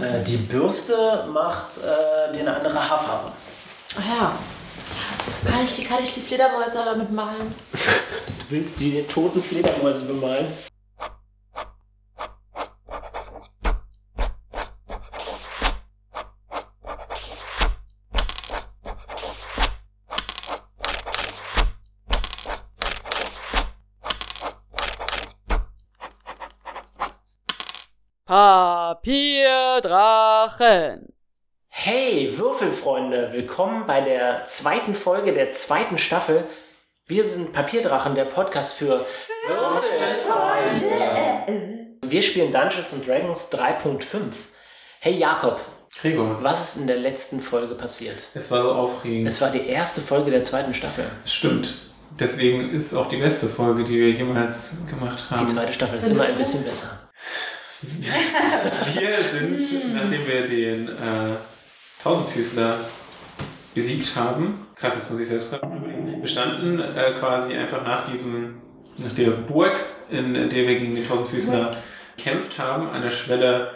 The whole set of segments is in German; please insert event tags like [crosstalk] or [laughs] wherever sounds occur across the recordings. Äh, die Bürste macht äh, den andere Haarfarbe. Ah ja. Kann ich die, kann ich die Fledermäuse damit malen? Du willst die toten Fledermäuse bemalen? Papierdrachen. Hey, Würfelfreunde, willkommen bei der zweiten Folge der zweiten Staffel. Wir sind Papierdrachen, der Podcast für Würfelfreunde. Wir spielen Dungeons and Dragons 3.5. Hey Jakob, Gregor, was ist in der letzten Folge passiert? es war so aufregend. Es war die erste Folge der zweiten Staffel. Es stimmt. Deswegen ist es auch die beste Folge, die wir jemals gemacht Die haben. zweite Staffel ist immer ein bisschen besser. Wir [laughs] sind, nachdem wir den äh, Tausendfüßler besiegt haben, krass, das muss ich selbst gerade überlegen, wir standen äh, quasi einfach nach diesem, nach der Burg, in der wir gegen den Tausendfüßler gekämpft haben, an der Schwelle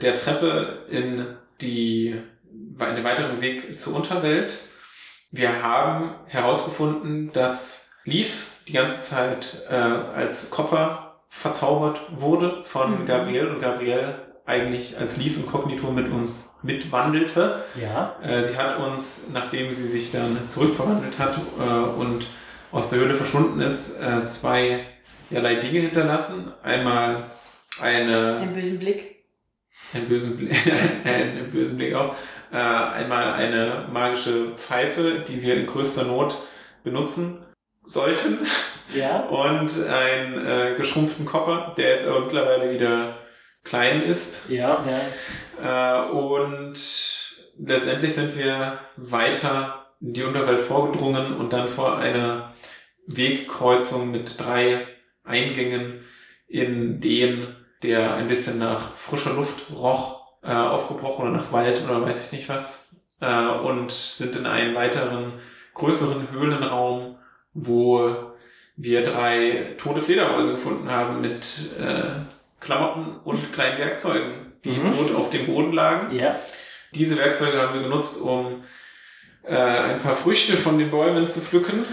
der Treppe in die, in den weiteren Weg zur Unterwelt. Wir haben herausgefunden, dass Leaf die ganze Zeit äh, als Kopper verzaubert wurde von Mhm. Gabriel und Gabriel eigentlich als Leaf inkognito mit uns mitwandelte. Ja. Äh, sie hat uns, nachdem sie sich dann zurückverwandelt hat äh, und aus der Höhle verschwunden ist, äh, zwei derlei Dinge hinterlassen. Einmal eine Einen bösen Blick. einen bösen Blick, [laughs] einen bösen Blick auch. Äh, einmal eine magische Pfeife, die wir in größter Not benutzen sollten. [laughs] Ja. Und einen äh, geschrumpften Kopper, der jetzt aber mittlerweile wieder klein ist. Ja. ja. Äh, und letztendlich sind wir weiter in die Unterwelt vorgedrungen und dann vor einer Wegkreuzung mit drei Eingängen, in denen der ein bisschen nach frischer Luft roch, äh, aufgebrochen oder nach Wald oder weiß ich nicht was, äh, und sind in einen weiteren größeren Höhlenraum, wo wir drei tote Fledermäuse gefunden haben mit äh, Klamotten und kleinen Werkzeugen, die Mhm. tot auf dem Boden lagen. Ja. Diese Werkzeuge haben wir genutzt, um äh, ein paar Früchte von den Bäumen zu pflücken,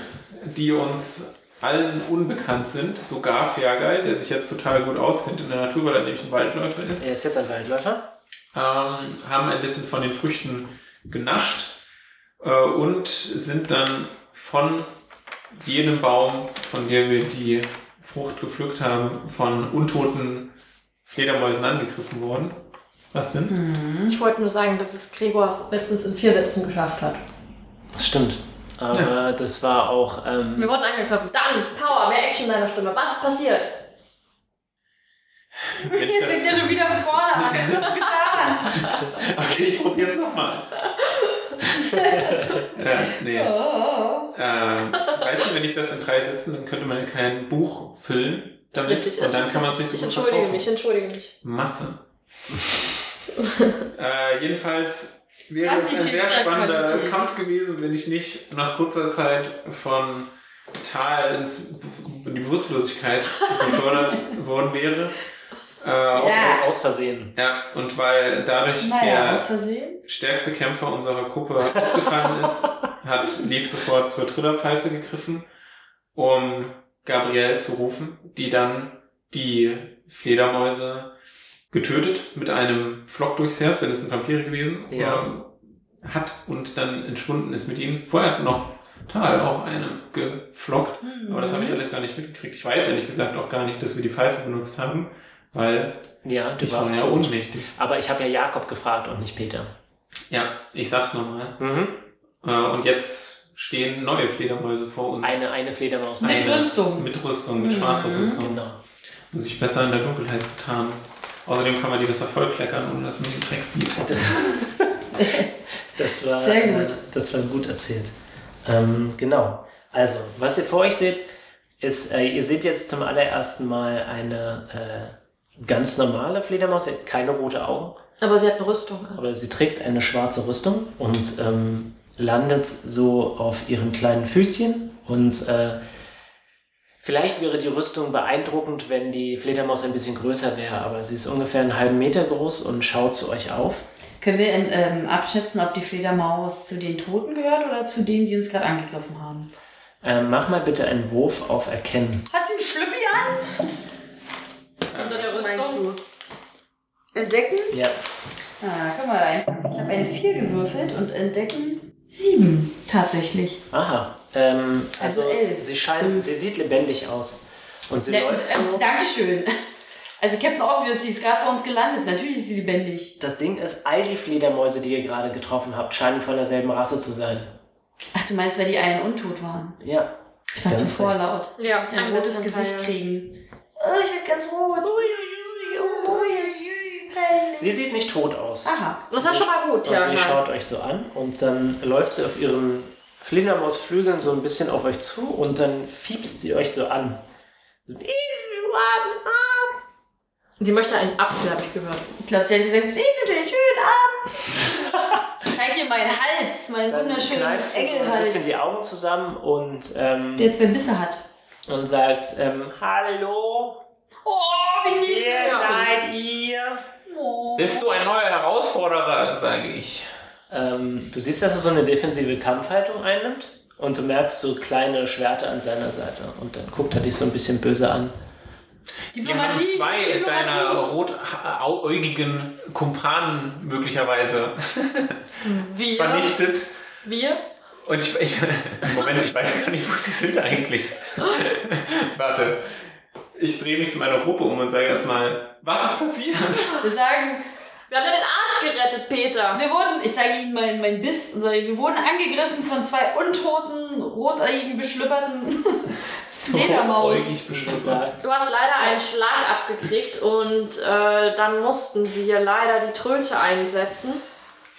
die uns allen unbekannt sind. Sogar Fergal, der sich jetzt total gut auskennt in der Natur, weil er nämlich ein Waldläufer ist, Er ist jetzt ein Waldläufer. ähm, haben ein bisschen von den Früchten genascht äh, und sind dann von jenem Baum, von dem wir die Frucht gepflückt haben, von untoten Fledermäusen angegriffen worden. Was denn? Hm. Ich wollte nur sagen, dass es Gregor letztens in vier Sätzen geschafft hat. Das stimmt. Aber Ja. das war auch. Wir Ähm, wurden angegriffen. Dann Power, mehr Action in deiner Stimme. Was ist passiert? Wenn ich Jetzt fängt das ihr schon wieder vorne an. Was getan? Okay, ich probiere es nochmal. [laughs] ja, nee. Oh. Ähm, weißt du, wenn ich das in drei Sätzen, dann könnte man ja kein Buch füllen. Das Damit, ist richtig. Und es dann ist kann man es nicht richtig. so Ich gut entschuldige verkaufen. mich, entschuldige mich. [laughs] Masse. äh, jedenfalls wäre es ein Quantität sehr statt spannender Qualität. Kampf gewesen, wenn ich nicht nach kurzer Zeit von Tal ins in die Bewusstlosigkeit [laughs] befördert worden wäre. Äh, aus, Ja. aus Versehen. ja, und weil dadurch Naja, aus der Versehen. stärkste Kämpfer unserer Gruppe ausgefallen ist, hat Leaf sofort zur Trillerpfeife gegriffen, um Gabrielle zu rufen, die dann die Fledermäuse getötet mit einem Flock durchs Herz, denn es sind Vampire gewesen, Ja. ähm, hat und dann entschwunden ist mit ihm. Vorher hat noch Tal auch eine geflockt. Aber das habe Mhm. ich alles gar nicht mitgekriegt. Ich weiß ehrlich gesagt auch gar nicht, dass wir die Pfeife benutzt haben, weil Ja, du ich war warst ja tot. ohnmächtig. Aber ich habe ja Jakob gefragt und nicht Peter. Ja, ich sag's nochmal. Mhm. Äh, und jetzt stehen neue Fledermäuse vor uns. Eine, eine Fledermaus. Mit Eine- Rüstung. Mit Rüstung, mit Mhm. schwarzer Rüstung. Genau. Um sich besser in der Dunkelheit zu tarnen. Außerdem kann man die besser vollkleckern, ohne dass man den Dreck sieht. Das war, Sehr gut. Äh, das war gut erzählt. Ähm, genau. Also, was ihr vor euch seht, ist, äh, ihr seht jetzt zum allerersten Mal eine äh, ganz normale Fledermaus. Sie hat keine rote Augen, Aber sie hat eine Rüstung an. aber sie trägt eine schwarze Rüstung und ähm, landet so auf ihren kleinen Füßchen und äh, Vielleicht wäre die Rüstung beeindruckend, wenn die Fledermaus ein bisschen größer wäre, aber sie ist ungefähr einen halben Meter groß und schaut zu euch auf. Können wir ähm, abschätzen, ob die Fledermaus zu den Toten gehört oder zu denen, die uns gerade angegriffen haben? Ähm, mach mal bitte einen Wurf auf Erkennen. Hat sie einen Schlüppi an? Unter Ähm, der Rüstung. Entdecken? Ja, Ah, guck mal rein. Ich habe eine 4 gewürfelt und entdecken 7 tatsächlich. aha. Ähm, also Also elf. sie scheint, sie sieht lebendig aus. Und sie Ne, läuft ähm, so. Dankeschön. Also Captain Obvious, die ist gerade vor uns gelandet. Natürlich ist sie lebendig. Das Ding ist, all die Fledermäuse, die ihr gerade getroffen habt, scheinen von derselben Rasse zu sein. Ach, du meinst, weil die einen untot waren? Ja. Ich war Ganz zu vorlaut. Ja, Ich muss ein ein rotes großer Gesicht Teil. kriegen. Oh, ich werd ganz rot. Uiuiui, peinlich. Sie sieht nicht tot aus. Aha. Das war schon mal gut, Und ja. sie nein. schaut euch so an und dann läuft sie auf ihren Fledermausflügeln so ein bisschen auf euch zu und dann fiepst sie euch so an. So, Die möchte einen Apfel, habe ich gehört. Ich glaube, sie hat gesagt, ich wünsche einen schönen Abend. [laughs] Zeig ihr meinen Hals, meinen Dann wunderschönen kneift sie so ein Engelhals. bisschen die Augen zusammen und, ähm, Der zwei Bisse hat. und sagt, ähm, Hallo, Oh, wie niedlich. hier seid ihr. [laughs] Bist du ein neuer Herausforderer, sage ich. Ähm, du siehst, dass er so eine defensive Kampfhaltung einnimmt und du merkst so kleine Schwerter an seiner Seite und dann guckt er dich so ein bisschen böse an. Wir haben Diplomatie. zwei Diplomatie. deiner rotäugigen Kumpanen möglicherweise Wir. vernichtet. Wir. Und ich, [laughs] ich, Moment, ich weiß gar nicht, wo sie sind eigentlich. Warte. Ich drehe mich zu meiner Gruppe um und sage erstmal, was ist passiert? Wir sagen, Wir haben dir den Arsch gerettet, Peter. wir wurden, ich sage ihnen meinen mein Biss, und sage, wir wurden angegriffen von zwei untoten, rotäugigen, beschlüpperten [laughs] Fledermaus. Rotäugig Er beschlüsselt. sagt, Du hast leider einen Schlag abgekriegt und äh, dann mussten wir leider die Tröte einsetzen.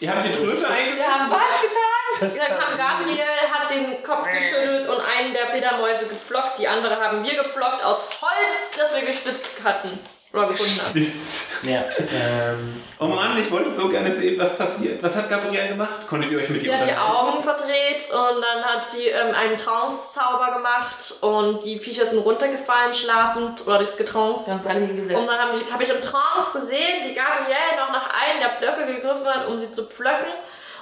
Ihr habt die Tröte eingesetzt? Wir haben was getan? das Dann kam kann Äh. sie. Gabriel, hat den Kopf geschüttelt und einen der Fledermäuse geflockt. Die andere haben wir geflockt aus Holz, das wir gespitzt hatten. Oder gefunden haben. Witz. Ja, ähm, Oh Mann, ich wollte so gerne sehen, was passiert. Was hat Gabriel gemacht? Konntet ihr euch mit Sie ihr hat die unterhalten? Augen verdreht und dann hat sie ähm, einen Trance-Zauber gemacht und die Viecher sind runtergefallen, schlafend oder getranced. Wir haben uns alle Und hingesetzt. dann habe ich, hab ich im Trance gesehen, wie Gabrielle noch nach einem der Pflöcke gegriffen hat, um sie zu pflöcken.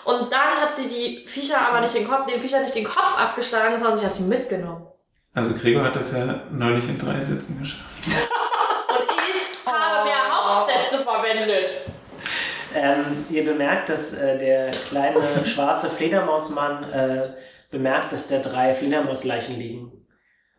Und dann hat sie die Viecher aber nicht den Kopf, den Viecher nicht den Kopf abgeschlagen, sondern sie hat sie mitgenommen. Also Gregor hat das ja neulich in drei Sätzen geschafft. Und ich habe mehr Hauptsätze verwendet. ähm, ihr bemerkt, dass äh, der [laughs] kleine schwarze Fledermausmann äh, bemerkt, dass da drei Fledermausleichen liegen.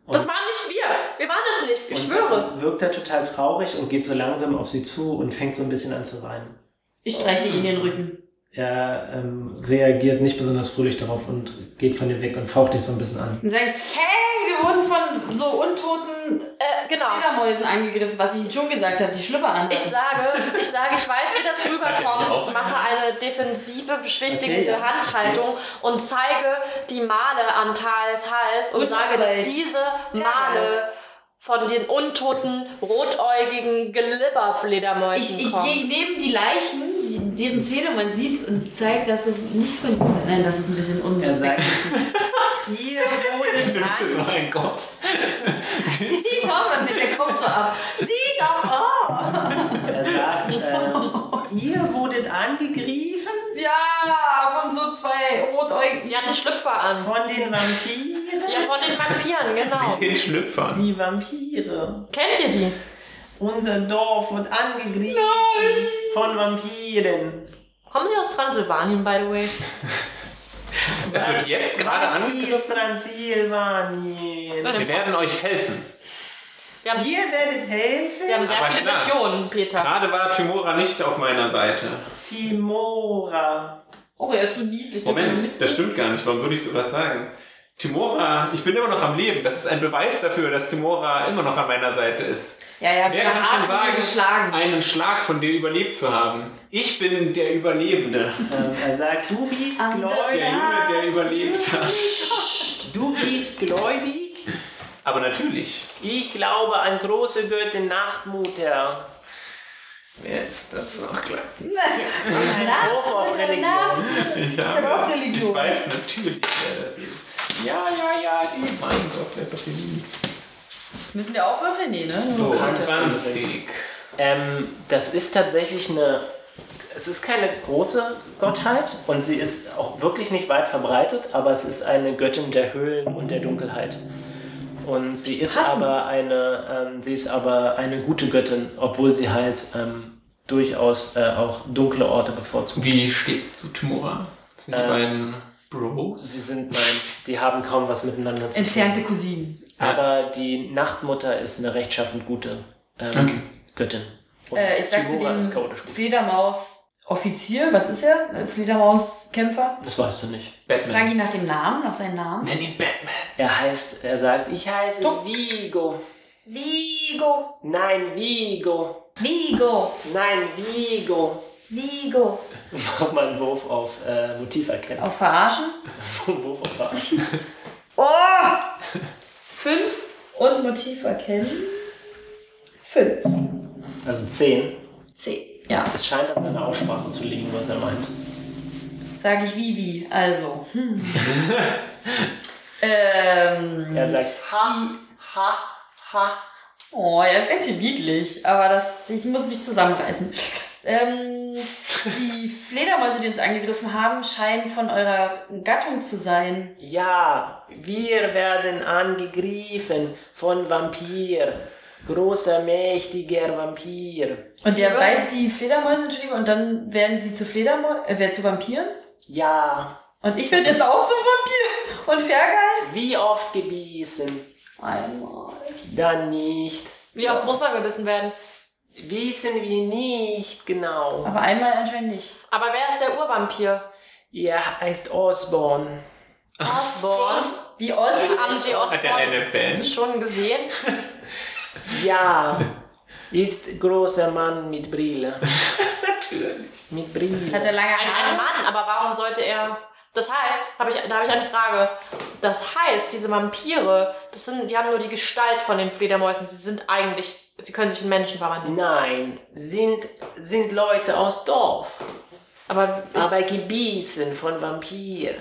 Und- Das waren nicht wir. Wir waren das nicht. Ich und schwöre. dann wirkt er total traurig und geht so langsam auf sie zu und fängt so ein bisschen an zu weinen. Ich streiche ihnen den Rücken. Er ähm, reagiert nicht besonders fröhlich darauf und geht von dir weg und faucht dich so ein bisschen an. Und sage ich, hey, wir wurden von so untoten Äh, genau. Fledermäusen angegriffen, was ich ihnen schon gesagt habe, die Schlüpper an. Ich sage, ich sage, ich weiß, wie das rüberkommt, mache eine defensive, beschwichtigende Okay, ja. Handhaltung und zeige die Male an Thals Hals und Gute sage, dass Arbeit. diese Male von den untoten, rotäugigen Glibberfledermäusen Ich, ich kommen. gehe neben die Leichen, die- deren Zähne man sieht, und zeige, dass es nicht von. Nein, das ist ein bisschen Er sagt, unrespektvoll. ihr [laughs] wurdet [laughs] Das ist an. so ein Kopf. Sie kommt, dann wird der Kopf so ab. Sie kommt, Er [laughs] sagt, ähm, ihr wurdet angegriffen oh! Ja, von so zwei rotäugigen. Die hatten Schlüpfer an. von den Vampiren. Ja, von den Vampiren, genau. Den Schlüpfer. Die Vampire. Kennt ihr die? Unser Dorf wird angegriffen von Vampiren. Kommen sie aus Transsilvanien, by the way? Es wird jetzt gerade Was angegriffen. ist Transsilvanien? Warte. Wir werden euch helfen. Wir haben, Ihr werdet wir haben helfen? sehr Aber viele klar. Missionen, Peter. Gerade war Timora nicht auf meiner Seite. Timora. Oh, er ist so niedlich. Moment, das stimmt gar nicht. Warum würde ich sowas sagen? Timora, ich bin immer noch am Leben. Das ist ein Beweis dafür, dass Timora immer noch an meiner Seite ist. Ja, ja, Wer kann schon sagen, geschlagen. einen Schlag von dir überlebt zu haben? Ich bin der Überlebende. Ähm, er sagt, du bist Andere- Der gläubig. Junge, der überlebt hat. Du bist gläubig. Aber natürlich. Ich glaube an große Göttin Nachtmutter. Wer ist das noch klar? Ein Wurf auf Religion. Ich, hab auch habe, Religion. ich weiß natürlich, wer das ist. Ja, ja, ja, die. Mein Gott, wer hat das denn nie? Müssen wir aufwürfeln? Nee, ne? So, kann das 20. Ähm, das ist tatsächlich eine. Es ist keine große Gottheit und sie ist auch wirklich nicht weit verbreitet, aber es ist eine Göttin der Höhlen und der Dunkelheit. Und sie ist Passend. aber eine, ähm, sie ist aber eine gute Göttin, obwohl sie halt ähm, durchaus äh, auch dunkle Orte bevorzugt. Wie steht's zu Timura? Das sind die Äh. Ähm, beiden Bros? Sie sind, nein, die haben kaum was miteinander zu Entfernte tun. Cousinen. Aber die Nachtmutter ist eine rechtschaffend gute ähm, Okay. Göttin. Und Äh, ich sag zu Figura dem ist chaotisch gut. Fledermaus-Offizier, was ist er? Äh, Fledermaus-Kämpfer? Das weißt du nicht. Frag Batman. ihn nach dem Namen, nach seinem Namen. Nenn ihn Batman. Er heißt, er sagt, ich heiße Stopp. Vigo. Vigo. Nein, Vigo. Vigo. Nein, Vigo. [laughs] Vigo. Mach mal einen Wurf auf äh, Motiv erkennen. Auch verarschen. Einen Wurf auf Arsch. Oh! Fünf und Motiv erkennen. Fünf. Also 10. C. Ja, Es scheint an seiner Aussprache zu liegen, was er meint. sage ich wie wie. Also. Hm. ähm. Er sagt, ha, ha, ha. Oh, ja, ist ganz schön niedlich, aber das, ich muss mich zusammenreißen. Ähm, die Fledermäuse, die uns angegriffen haben, scheinen von eurer Gattung zu sein. Ja, wir werden angegriffen von Vampir. Großer, mächtiger Vampir. Und der Ja. beißt die Fledermäuse, Entschuldigung, und dann werden sie zu Fledermäusen, äh, wer- zu Vampiren. Ja, Und ich werde jetzt auch zum Vampir und Fergal. wie oft gebissen? Einmal. Dann nicht. Wie oft muss man gebissen werden? Wissen wir nicht genau. Aber einmal anscheinend nicht. Aber wer ist der Urvampir? Er heißt Osborn. Osborn. Wie Ozzy. Haben Sie Hat er Osborn eine Band? schon gesehen? [laughs] Ja, ist großer Mann mit Brille. Natürlich. Mit Hat Brille. er lange Ein, ein Haare? Mann, aber warum sollte er... Das heißt, hab ich, da habe ich eine Frage. Das heißt, diese Vampire, das sind, die haben nur die Gestalt von den Fledermäusen. Sie sind eigentlich, sie können sich in Menschen verwandeln. Nein, sind, sind Leute aus Dorf, Aber ich, aber gebissen von Vampir.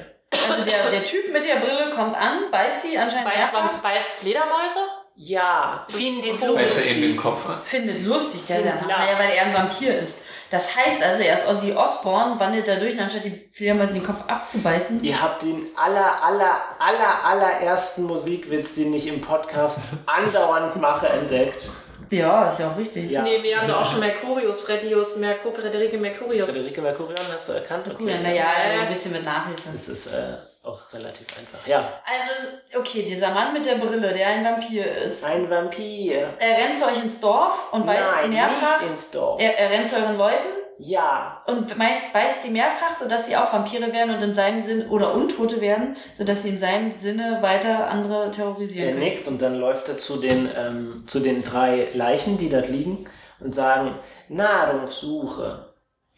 Also der, der Typ mit der Brille kommt an, beißt sie anscheinend beißt, mehrfach. man, beißt Fledermäuse? Ja, findet Weißt du, in den lustig. Kopf an. findet lustig, der Ja, ja, klar. naja, weil er ein Vampir ist. Das heißt also, er ist Ozzy Osbourne, wandelt dadurch, und anstatt die Fledermäuse den Kopf abzubeißen. Ihr habt den aller, aller, aller, allerersten Musikwitz, den ich im [laughs] Podcast andauernd mache, entdeckt. Ja, ist ja auch richtig. Ja. Nee, wir haben da auch schon Mercurius, Fredius, Mercur, Frederike Mercurius. Frederike Mercurion, hast du erkannt? Okay. Cool, naja, also ein bisschen mit Nachhilfe. Das ist äh, auch relativ einfach. Ja, Also, okay, dieser Mann mit der Brille, der ein Vampir ist. ein Vampir. Er rennt zu euch ins Dorf und beißt sie Nein, mehrfach. nicht ins Dorf. Er, er rennt zu euren Leuten Ja, und meist beißt sie mehrfach, sodass sie auch Vampire werden und in seinem Sinn oder Untote werden, sodass sie in seinem Sinne weiter andere Er terrorisieren können. nickt und dann läuft er zu den, ähm, zu den drei Leichen, die dort liegen, und sagen, Nahrungssuche,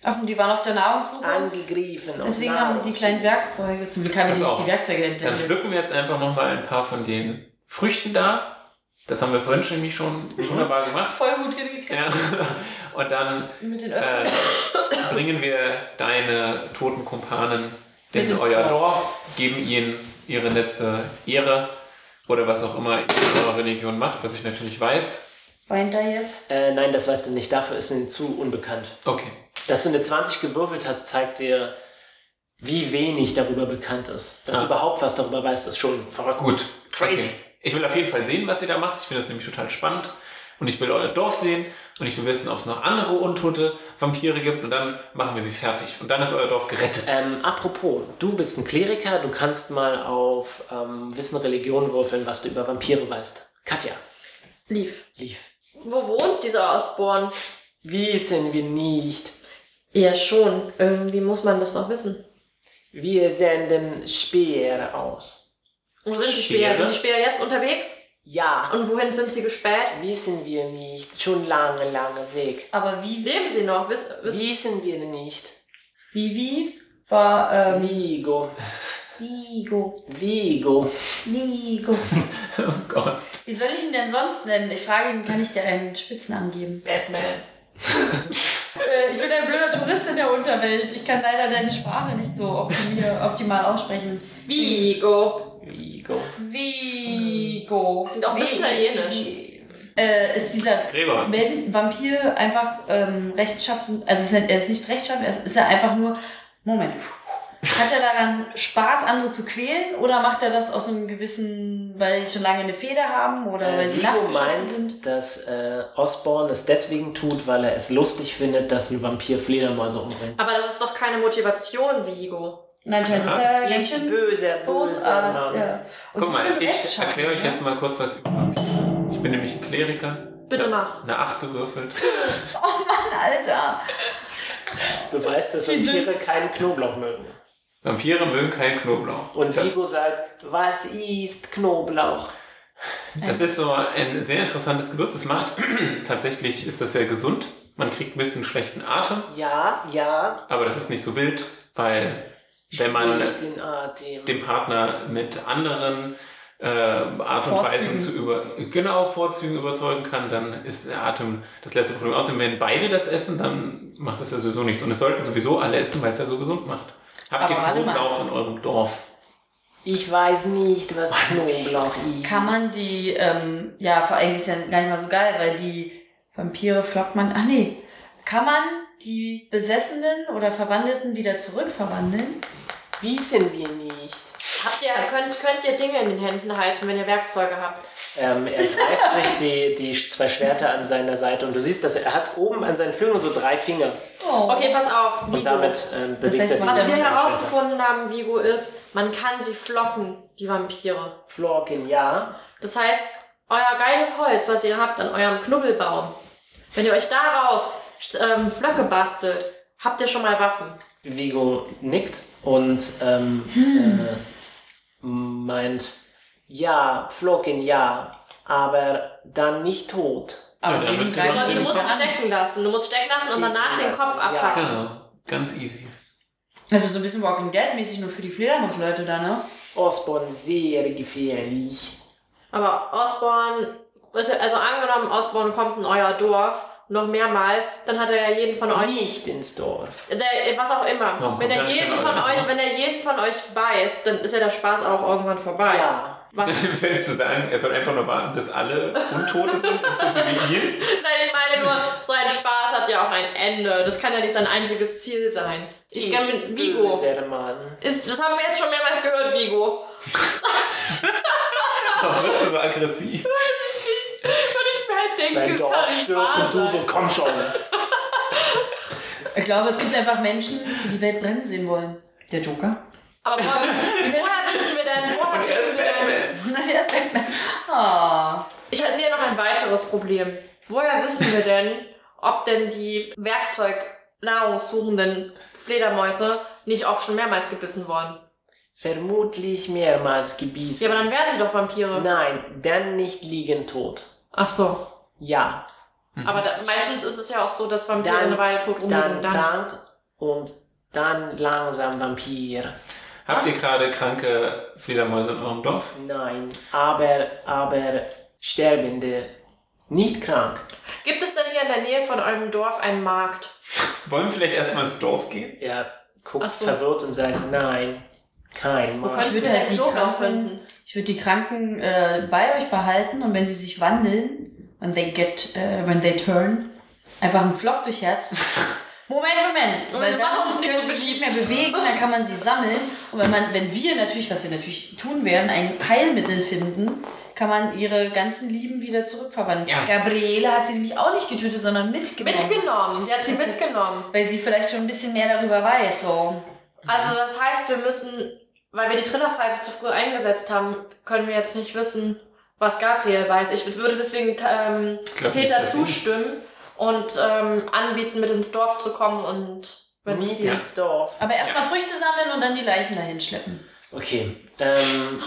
Ach, und die waren auf der Nahrungssuche? angegriffen. auf Deswegen haben sie die kleinen Nahrungssuche. Werkzeuge. Zum Glück haben wir Pass nicht auf. die Werkzeuge Dann entdeckt. pflücken wir jetzt einfach nochmal ein paar von den Früchten da. Das haben wir vorhin schon nämlich schon wunderbar gemacht. Voll gut gekriegt Ja. Und dann mit den Öffnungen. äh, bringen wir deine toten Kumpanen Mit in ins euer Dorf. Dorf, geben ihnen ihre letzte Ehre oder was auch immer ihr in eurer Religion macht, was ich natürlich weiß. Weint er jetzt? Äh, nein, das weißt du nicht, dafür ist ihnen zu unbekannt. Okay. Dass du eine 20 gewürfelt hast, zeigt dir, wie wenig darüber bekannt ist. Dass Ah. du überhaupt was darüber weißt, ist schon verrückt. Gut. Crazy. Okay. Ich will auf jeden Fall sehen, was ihr da macht. Ich finde das nämlich total spannend. Und ich will euer Dorf sehen und ich will wissen, ob es noch andere untote Vampire gibt und dann machen wir sie fertig. Und dann ist euer Dorf gerettet. Ähm, apropos, du bist ein Kleriker, du kannst mal auf ähm, Wissen Religion würfeln, was du über Vampire weißt. Katja, Lief. lief. Wo wohnt dieser Osborn? Wissen wir nicht. Ja, schon. Irgendwie muss man das doch wissen. Wir senden Speere aus. Wo sind die Speere? Speer? Sind die Speer jetzt unterwegs? Ja, Und wohin sind sie gespäht? wissen wir nicht. Schon lange, lange weg. Aber Vivi, Leben sie noch? Wiss, wiss, Wissen wir nicht. Vivi war, ähm, Vigo. Vigo. Vigo. Vigo. Oh Gott. Wie soll ich ihn denn sonst nennen? Ich frage ihn, kann ich dir einen Spitznamen geben? Batman. [laughs] Äh, ich bin ein blöder Tourist in der Unterwelt. Ich kann leider deine Sprache nicht so optimier, optimal aussprechen. Vigo. Vigo. Vigo. Klingt auch ein bisschen italienisch. Äh, ist dieser Gräber. wenn Vampir einfach ähm, rechtschaffen, also ist er, er ist nicht rechtschaffen, er ist, ist er einfach nur, Moment, hat er daran Spaß, andere zu quälen oder macht er das aus einem gewissen, weil sie schon lange eine Feder haben oder weil Äh, sie Vigo nachgeschaffen meint, sind? dass äh, Osborne es deswegen tut, weil er es lustig findet, dass ein Vampir Fledermäuse umbringt. Aber das ist doch keine Motivation, Vigo. Nein, John, das ist ja ganz Ist schön böser, böser bösartig. Mann. Ja. Und Guck die mal, sind ich rechtschaffen, erkläre euch ne? jetzt mal kurz was über Vampire. Ich bin nämlich ein Kleriker, Bitte Ja. mach. eine Acht gewürfelt. [laughs] Alter, Du weißt, dass Die sind- Vampire keinen Knoblauch mögen. Vampire mögen keinen Knoblauch. Und das, Vigo sagt, was ist Knoblauch? das ist so ein sehr interessantes Gewürz. Das macht, [clears throat] tatsächlich ist das sehr gesund. Man kriegt ein bisschen schlechten Atem, Ja, ja. aber das ist nicht so wild, weil wenn man Sprich den Atem. dem Partner mit anderen äh, Art und Vorzügen. Weisen zu über genau Vorzügen überzeugen kann, dann ist der Atem das letzte Problem. Außerdem, wenn beide das essen, dann macht das ja sowieso nichts. Und es sollten sowieso alle essen, weil es ja so gesund macht. Habt Aber warte ihr mal. Knoblauch in eurem Dorf? Ich weiß nicht, was Knoblauch ist. kann man die, ähm, ja, vor allem ist ja gar nicht mal so geil, weil die Vampire flockt man, ach nee, kann man die Besessenen oder Verwandelten wieder zurückverwandeln? Wissen wir nicht. Habt ihr, könnt, könnt ihr Dinge in den Händen halten, wenn ihr Werkzeuge habt? Ähm, er greift sich die, die zwei Schwerter an seiner Seite und du siehst, dass er, er hat oben an seinen Flügeln so drei Finger Oh. Okay, pass auf. Vigo. und damit ähm, bewegt heißt, er die Was Ja, wir mit Schwerter. herausgefunden haben, Vigo, ist, man kann sie flocken, die Vampire. Florkin, ja. Das heißt, euer geiles Holz, was ihr habt an eurem Knubbelbaum, wenn ihr euch daraus st- ähm, Flöcke bastelt, habt ihr schon mal Waffen. Vigo nickt und ähm, Hm. äh, meint, ja, Florkin, ja, aber dann nicht tot. Ja, dann wegen müsst ihr Geist- noch Also, den du musst Kopf- es stecken lassen. Du musst stecken lassen und Stecken danach den lassen, Kopf ja. abhacken. Genau, ganz easy. Also so ein bisschen Walking Dead mäßig nur für die Fledermaus-Leute da, ne? Osborn sehr gefährlich. Aber Osborn, ist ja- also angenommen, Osborn kommt in euer Dorf noch mehrmals, dann hat er ja jeden von euch. Nicht ins Dorf. Der, was auch immer. Warum wenn kommt er er nicht jeden in von euer euch, Dorf? wenn er jeden von euch beißt, dann ist ja der Spaß auch irgendwann vorbei. Ja. Was? [laughs] Willst du sagen, er soll einfach nur warten, bis alle Untote sind, inklusive ihn? Nein, ich meine nur, so ein Spaß hat ja auch ein Ende. Das kann ja nicht sein einziges Ziel sein. Ich kenne mit Vigo. böser Mann. Ist, das haben wir jetzt schon mehrmals gehört, Vigo. Warum bist du so aggressiv? Und ich mir halt denke, Sein das kann Dorf nicht stirbt wahr und du sein. so, komm schon. Ich glaube, es gibt einfach Menschen, die die Welt brennen sehen wollen. Der Joker. [laughs] Aber woher wissen, woher wissen wir denn? Woher Und er wissen wir ist denn? Batman. Ah. Ich sehe noch ein weiteres Problem. Woher wissen wir denn, ob denn die Werkzeug-Nahrungssuchenden Fledermäuse nicht auch schon mehrmals gebissen wurden? Vermutlich mehrmals gebissen. Ja, aber dann werden sie doch Vampire. Nein, dann nicht liegen tot. Ach so. Ja, Aber da, meistens ist es ja auch so, dass Vampire Dann- eine Weile tot dann rumliegen. krank und dann langsam Vampir. Habt ihr gerade kranke Fledermäuse in eurem Dorf? Nein, aber, aber Sterbende, nicht krank. Gibt es denn hier in der Nähe von eurem Dorf einen Markt? Wollen wir vielleicht erstmal ins Dorf gehen? Er guckt Ach so. verwirrt und sagt, nein, kein Wo Mann. könnten würd wir halt denn die Knoblauch Kranken- finden? Ich würde die Kranken äh, bei euch behalten und wenn sie sich wandeln, when they get, äh, when they turn, einfach einen Flock [laughs] durch Herz. Moment, Moment. Weil dann Mach uns nicht können so sie sich nicht mehr bewegen, dann kann man sie sammeln. Und wenn, man, wenn wir natürlich, was wir natürlich tun werden, ein Heilmittel finden, kann man ihre ganzen Lieben wieder zurückverwandeln. Ja. Gabriele hat sie nämlich auch nicht getötet, sondern mitgenommen. Mitgenommen. Sie hat sie Genau. Das ist- halt mitgenommen. weil sie vielleicht schon ein bisschen mehr darüber weiß. So. Also das heißt, wir müssen, weil wir die Trillerpfeife zu früh eingesetzt haben, können wir jetzt nicht wissen, was Gabriel weiß. Ich würde deswegen ähm, Ich glaub nicht, Peter dass sie- zustimmen und ähm, anbieten, mit ins Dorf zu kommen und wenn Nicht ja. ins Dorf. Aber erstmal Früchte sammeln und dann die Leichen dahin schleppen. Okay, ähm,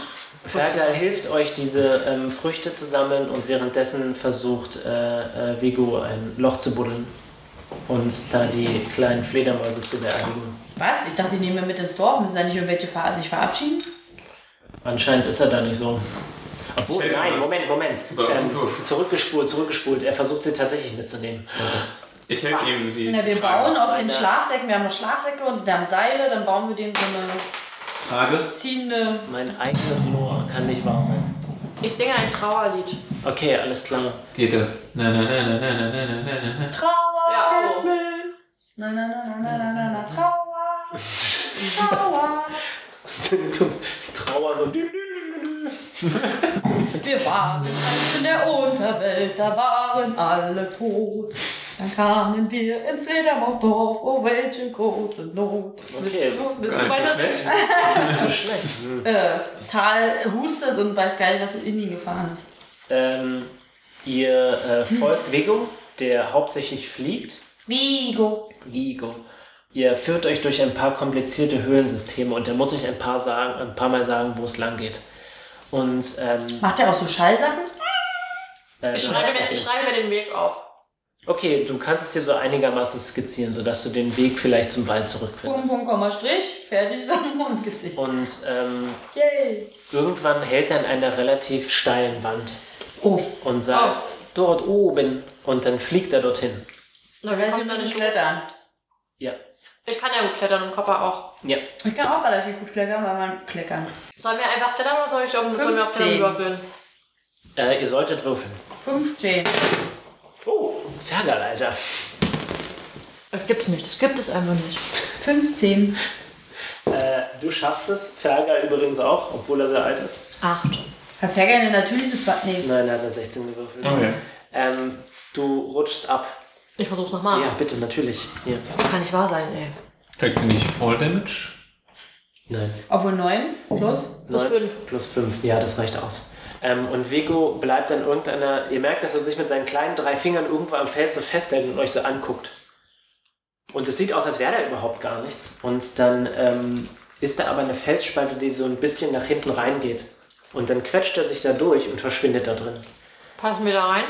Fergal hilft euch, diese ähm, Früchte zu sammeln und währenddessen versucht äh, äh, Vigo ein Loch zu buddeln und da die kleinen Fledermäuse zu beerdigen. Was? Ich dachte, die nehmen wir mit ins Dorf. Müssen da nicht irgendwelche ver sich verabschieden? Anscheinend ist er da nicht so. Obwohl, Ich helfe nein, ihm Moment, Moment. Wa- Ähm, uff. zurückgespult, zurückgespult. Er versucht sie tatsächlich mitzunehmen. Ich helfe ihm, sie Na, wir zu tragen. bauen aus Alter. den Schlafsäcken, wir haben noch Schlafsäcke und wir haben Seile, dann bauen wir denen so eine Frage. Ziehende. Mein eigenes Lohr kann nicht wahr sein. Ich singe ein Trauerlied. Okay, alles klar. [laughs] Geht das? Na, na, na, na, na, na, na, na, na, na, na. Trauer. Ja, so. Na, na, na, na, na, na, na, na, Trauer. Trauer. Trauer so. Wir waren einst in der Unterwelt, da waren alle tot. Dann kamen wir ins Fledermausdorf, oh welche große Not. Okay, Du bist Gar du nicht so weiter. schlecht. nicht so schlecht. Hm. Äh, Tal hustet und weiß gar nicht, was in ihn gefahren ist. Ähm, ihr äh, folgt Vigo, der hauptsächlich fliegt. Vigo. Vigo. Ihr führt euch durch ein paar komplizierte Höhlensysteme und er muss euch ein paar, sagen, ein paar Mal sagen, wo es lang geht. Und ähm, Macht er auch so Schallsachen? äh, Ich du schreibe, hast mir, das ich nicht. schreibe mir den Weg auf. okay, du kannst es dir so einigermaßen skizzieren, sodass du den Weg vielleicht zum Wald Punkt, zurückfindest. Punkt, Komma, Strich. Fertig, [laughs] sein Mondgesicht. Und ähm, Yay. irgendwann hält er an einer relativ steilen Wand Oh, und sagt, dort oben. Und dann fliegt er dorthin. Na, wir weiß ich kommen da nicht nicht klettern. Ja, Ich kann ja gut klettern und Kopper auch. ja. Ich kann auch relativ gut kleckern, weil man kleckern. Sollen wir einfach klettern oder soll ich auf, sollen wir auf 15. Klettern überführen? Äh, ihr solltet würfeln. 15. Oh, Fergal, Alter. Das gibt's nicht, das gibt es einfach nicht. 15. Äh, du schaffst es. Fergal übrigens auch, obwohl er sehr alt ist. Acht. Hat Ferger eine natürliche zwei. Nee. Nein, er hat eine 16 gewürfelt. Oh ja. Ähm, du rutschst ab. Ich versuch's nochmal. Ja, bitte, natürlich. Hier. Kann nicht wahr sein, ey. Kriegt sie nicht Fall Damage? Nein. Obwohl 9 plus. Plus Neun fünf. Plus 5, ja, das reicht aus. Ähm, und Vigo bleibt an irgendeiner. Ihr merkt, dass er sich mit seinen kleinen drei Fingern irgendwo am Feld so festhält und euch so anguckt. Und es sieht aus, als wäre da überhaupt gar nichts. Und dann ähm, ist da aber eine Felsspalte, die so ein bisschen nach hinten reingeht. Und dann quetscht er sich da durch und verschwindet da drin. Passen wir da rein.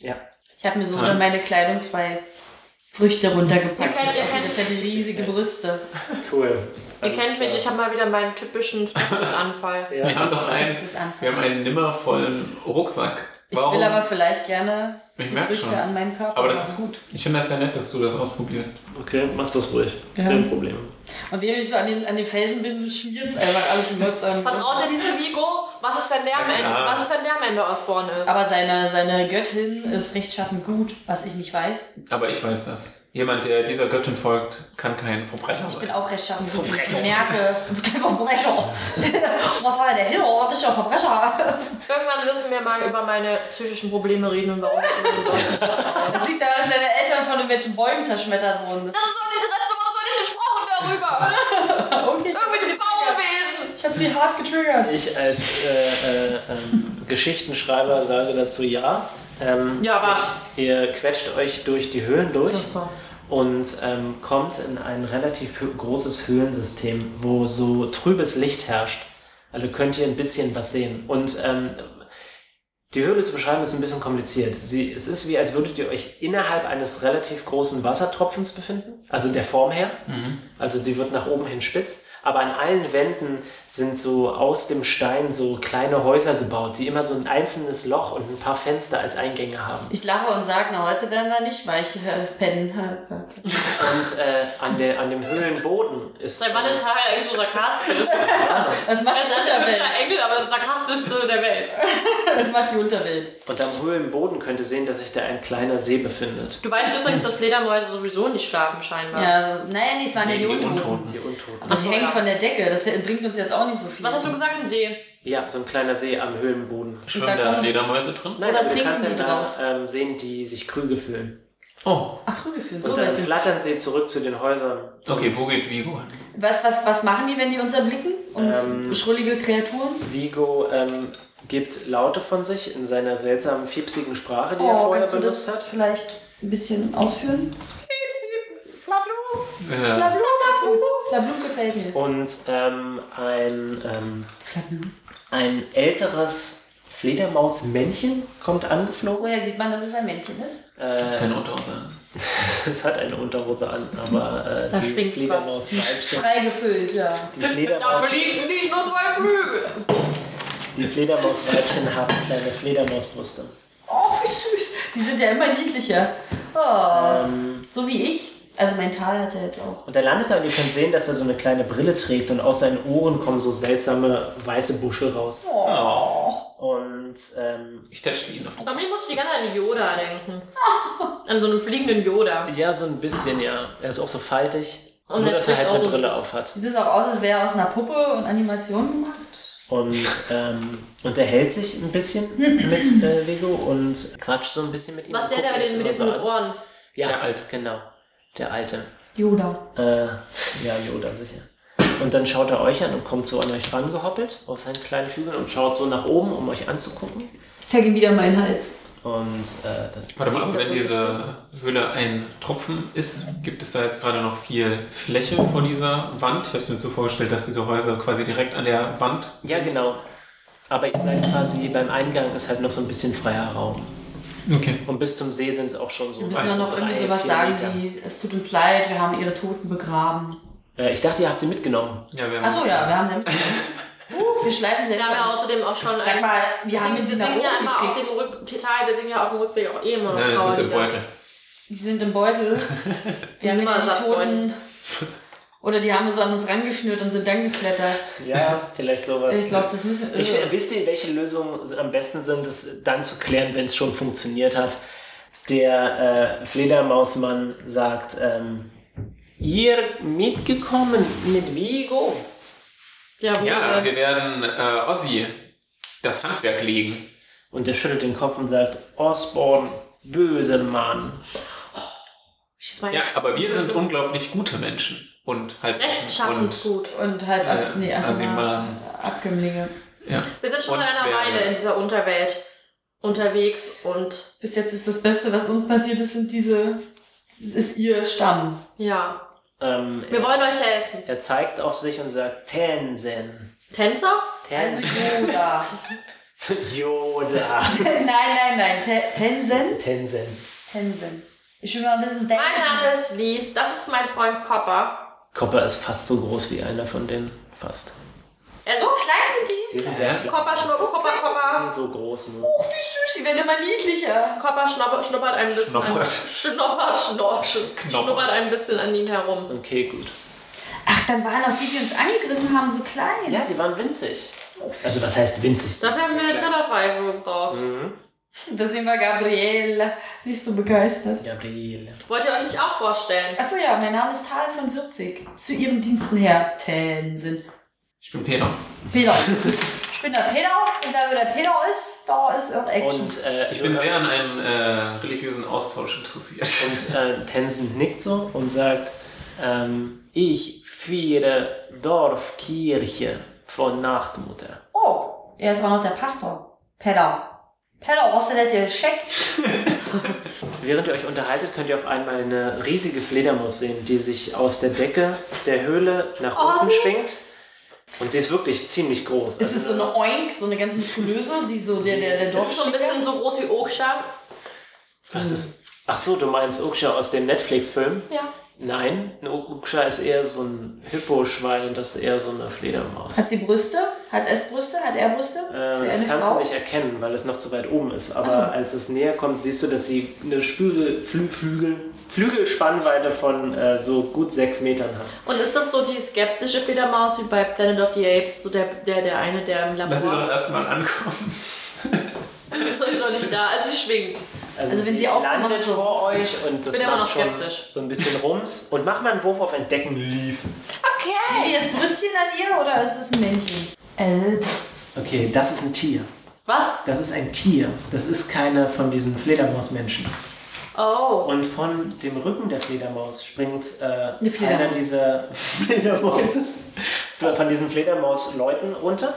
Ja. Ich habe mir so unter meine Kleidung zwei Früchte runtergepackt. Ihr kennt- ihr das kennt- hätte riesige Brüste. Cool. Ihr kennt mich, ich habe mal wieder meinen typischen [laughs] Anfall. Ja, Wir haben doch einen, Das ist an. wir haben einen nimmervollen Rucksack. Ich Warum? will aber vielleicht gerne Ich die merk Früchte schon. an meinem Körper. Aber das ist haben. gut. Ich finde das ja nett, dass du das ausprobierst. Okay, mach das ruhig. Ja. Kein Problem. Und während ich so an den, an den Felsen bin, schmiert's einfach alles und läuft an. Vertraut ihr diesem Vigo? Was ist, wenn der, am Na Ende, klar. was ist, wenn der am Ende Osborn ist? Aber seine, seine Göttin ist rechtschaffen gut, was ich nicht weiß. Aber ich weiß das. Jemand, der dieser Göttin folgt, kann kein Verbrecher Ich bin sein. auch rechtschaffen gut. Ich merke, ich bin kein Verbrecher. [laughs] Was war denn der Hero? Das ist ja ein Verbrecher. Irgendwann müssen wir mal über meine psychischen Probleme reden und warum ich in den Dorf bin. Das liegt daran, dass seine Eltern von irgendwelchen Bäumen zerschmettert wurden. Das ist doch nicht das letzte Mal, doch nicht gesprochen darüber. [laughs] Okay, Irgendwelche Baumwesen. ich hab sie hart getriggert. Ich als äh, äh, ähm, Geschichtenschreiber sage dazu ja. Ähm, Ja, was? Ihr, ihr quetscht euch durch die Höhlen durch so. und ähm, kommt in ein relativ hö- großes Höhlensystem, wo so trübes Licht herrscht. Also könnt ihr ein bisschen was sehen. Und ähm, die Höhle zu beschreiben ist ein bisschen kompliziert. Sie, es ist wie, als würdet ihr euch innerhalb eines relativ großen Wassertropfens befinden, also der Form her. Mhm. Also sie wird nach oben hin spitz, aber an allen Wänden sind so aus dem Stein so kleine Häuser gebaut, die immer so ein einzelnes Loch und ein paar Fenster als Eingänge haben. Ich lache und sage, na heute werden wir nicht weich äh, pennen. Äh, äh. Und äh, an, der, an dem Höhlenboden ist... Seit wann ist äh, Teil eigentlich so [laughs] sarkastisch? Das macht Er die ist ein Unterwelt. hübscher Engel, aber das sarkastischste der Welt. Das macht die Unterwelt. und am Höhlenboden könnt ihr sehen, dass sich da ein kleiner See befindet. Du weißt übrigens, dass Fledermäuse sowieso nicht schlafen scheinbar. Ja, so, naja, nee, es waren ja Nee, die die Untoten. Untoten. Die Untoten. Aber Ach sie so, hängen ja. von der Decke. Das bringt uns jetzt auch nicht so viel. Was hast du gesagt? Ein See. Ja, so ein kleiner See am Höhlenboden. da Schwimmen da kommen- Fledermäuse drin? Nein, Oder aber du trinken kannst ja die da draus? ähm, sehen, die sich Krüge fühlen. Oh, Ach, Krüge fühlen. So Und dann weit sind's. flattern sie zurück zu den Häusern. okay, wo geht Vigo? hin? Was, was, was machen die, wenn die uns erblicken? Uns Ähm, schrullige Kreaturen? Vigo ähm, gibt Laute von sich in seiner seltsamen, fiepsigen Sprache, die er Oh, vorher kannst du benutzt das hat. vielleicht ein bisschen ausführen? Äh, ist gut. Flablu gefällt mir. Und ähm, ein, ähm, ein älteres Fledermausmännchen kommt angeflogen. Woher sieht man, dass es ein Männchen ist? Äh, keine Unterhose. es hat eine Unterhose an, aber äh, Da die schwingt Fledermaus weiß, Frei gefüllt, ja. [laughs] die Fledermaus, Dafür liegen nicht nur zwei Flügel. die Fledermausweibchen haben kleine Fledermausbrüste. Oh, wie süß. Die sind ja immer niedlicher. Oh. Ähm, So wie ich. Also mein Tal hat er jetzt auch. Und er landet da und ihr könnt sehen, dass er so eine kleine Brille trägt und aus seinen Ohren kommen so seltsame weiße Buschel raus. Oh. Und ähm, Ich tätschle ihn auf den Bei mir muss ich die ganze Zeit an Yoda [laughs] denken. An so einen fliegenden Yoda. ja, so ein bisschen, ja. Er ist auch so faltig. Und nur, er dass er halt trägt auch eine so- Brille auf hat. Sieht es auch aus, als wäre er aus einer Puppe und Animation gemacht? Und ähm, unterhält sich ein bisschen mit äh, Vigo und quatscht so ein bisschen mit ihm. Was und der da guckt mit, ihn den- mit immer so diesen an. Ohren? Ja, Der der Alte. Alte, genau. Der Alte. Yoda. Äh, ja, Yoda sicher. Und dann schaut er euch an und kommt so an euch rangehoppelt auf seinen kleinen Flügeln und schaut so nach oben, um euch anzugucken. Ich zeige ihm wieder meinen Hals. Und äh, dann Warte mal, ab, Das wenn ist- diese Höhle ein Tropfen ist, gibt es da jetzt gerade noch viel Fläche vor dieser Wand? Ich habe mir so vorgestellt, dass diese Häuser quasi direkt an der Wand Ja, genau. Aber ihr seid quasi beim Eingang ist halt noch so ein bisschen freier Raum. Okay. Und bis zum See sind es auch schon so. Wir müssen weiß dann nicht, noch Also drei, irgendwie sowas vier sagen Meter. wie, es tut uns leid, wir haben ihre Toten begraben. Äh, ich dachte, ihr habt sie mitgenommen. Ja, wir haben Achso, ja, wir [laughs] haben sie mitgenommen. uh, Wir schleifen sie Wir haben ja außerdem auch schon. Sag mal, wir haben wir die nach singen ja oben immer auf dem gekriegt. Rück Teil, wir singen ja auf dem Rückweg auch eh immer. Ja, das sind Trauerlieder. im Beutel. Die sind im Beutel. Wir haben Immer ja die Saftbeutel. Toten. Oder die haben wir so an uns rangeschnürt und sind dann geklettert. Ja, [laughs] vielleicht sowas. Ich glaube, das müssen äh, Ich, Äh. wir. wisst ihr, welche Lösungen am besten sind, es dann zu klären, wenn es schon funktioniert hat? Der äh, Fledermausmann sagt, ähm, ihr mitgekommen mit Vigo? Ja, Ja, ja wir werden äh, Ossi das Handwerk legen. Und er schüttelt den Kopf und sagt, Osborn, böse Mann. schieß mal Ja, aber wir sind unglaublich gute Menschen. Und halt. rechtschaffend und, gut. Und halb Äh, As nee, also- Asiman. Asiman. Abkömmlinge. ja. Wir sind schon Und seit einer Zwerge. Weile in dieser Unterwelt unterwegs und Bis jetzt ist das Beste, was uns passiert ist, sind diese. Das ist ihr Stamm. ja, Ähm, wir er, wollen euch helfen. er zeigt auf sich und sagt, Tensen. Tänzer? Also Tensen. Yoda. [laughs] Yoda. [laughs] nein, nein, nein. Te Tencent? Tensen. Tencent. Ich will mal ein bisschen Mein Name ist Lee, das ist mein Freund Copper. Copper ist fast so groß wie einer von denen. Fast. Er so klein sind Wir sind sehr Äh, die. klein. Copper, Schnuppe, Copper, Die Copper. sind so groß ne? nur. Die werden immer niedlicher. Copper schnuppert, schnuppert ein bisschen an. Schnuppert. [laughs] Schnuppert, schnuppert, schnuppert ein bisschen an ihn herum. Okay, gut. Ach, dann waren auch die, die uns angegriffen haben, so klein. Oh, Ja, die waren winzig. Also was heißt winzig? Dafür haben wir eine Trillerpfeife gebraucht. Mhm. Deswegen war Gabriele nicht so begeistert. Gabriele. Wollt ihr euch nicht auch vorstellen? Achso, ja, mein Name ist Tal von 40. Zu ihrem Diensten her, Tenzin. Ich bin Peter. Peter. Ich bin der Peter und da, wo der Peter ist, da ist auch Action. Und äh, Ich bin Jonas- sehr an einem äh, religiösen Austausch interessiert. Und äh, Tenzin nickt so und sagt, ähm, ich feiere Dorfkirche von Nachtmutter. oh, er ist auch noch der Pastor. Peter. Peter, hast du das gescheckt? Während ihr euch unterhaltet, könnt ihr auf einmal eine riesige Fledermaus sehen, die sich aus der Decke der Höhle nach Oh, unten sie- schwingt. Und sie ist wirklich ziemlich groß. Also, Es ist so eine Oink, so eine ganz muskulöse, die so der, der, der Das ist so ein bisschen so groß wie Oksha. Was Hm. ist? Ach so, du meinst Uksha aus dem Netflix-Film? Ja. Nein, eine Uksha ist eher so ein Hippo-Schwein und das ist eher so eine Fledermaus. Hat sie Brüste? Hat es Brüste? Hat er Brüste? Äh, er das kannst du nicht erkennen, weil es noch zu weit oben ist. Aber Ach so. als es näher kommt, siehst du, dass sie eine Spügel, Flü Flügel, Flügelspannweite von äh, so gut sechs Metern hat. Und ist das so die skeptische Fledermaus wie bei Planet of the Apes? So der, der, der eine, der im Lass sie doch Labor erstmal ankommen. ist, ist noch nicht da. Also sie schwingt. Also wenn sie aufkommt, landet so- vor euch und das Bin immer macht noch schon skeptisch. so ein bisschen Rums. Und mach mal einen Wurf auf Entdecken lief. Sind die jetzt Brüstchen an ihr oder ist es ein Männchen? Äh, Okay, das ist ein Tier. Was? Das ist ein Tier. Das ist keine von diesen Fledermausmenschen. [laughs] Oh. Und von dem Rücken der Fledermaus springt äh, Fledermaus. einer dieser [laughs] Fledermäuse, von diesen Fledermaus-Leuten runter.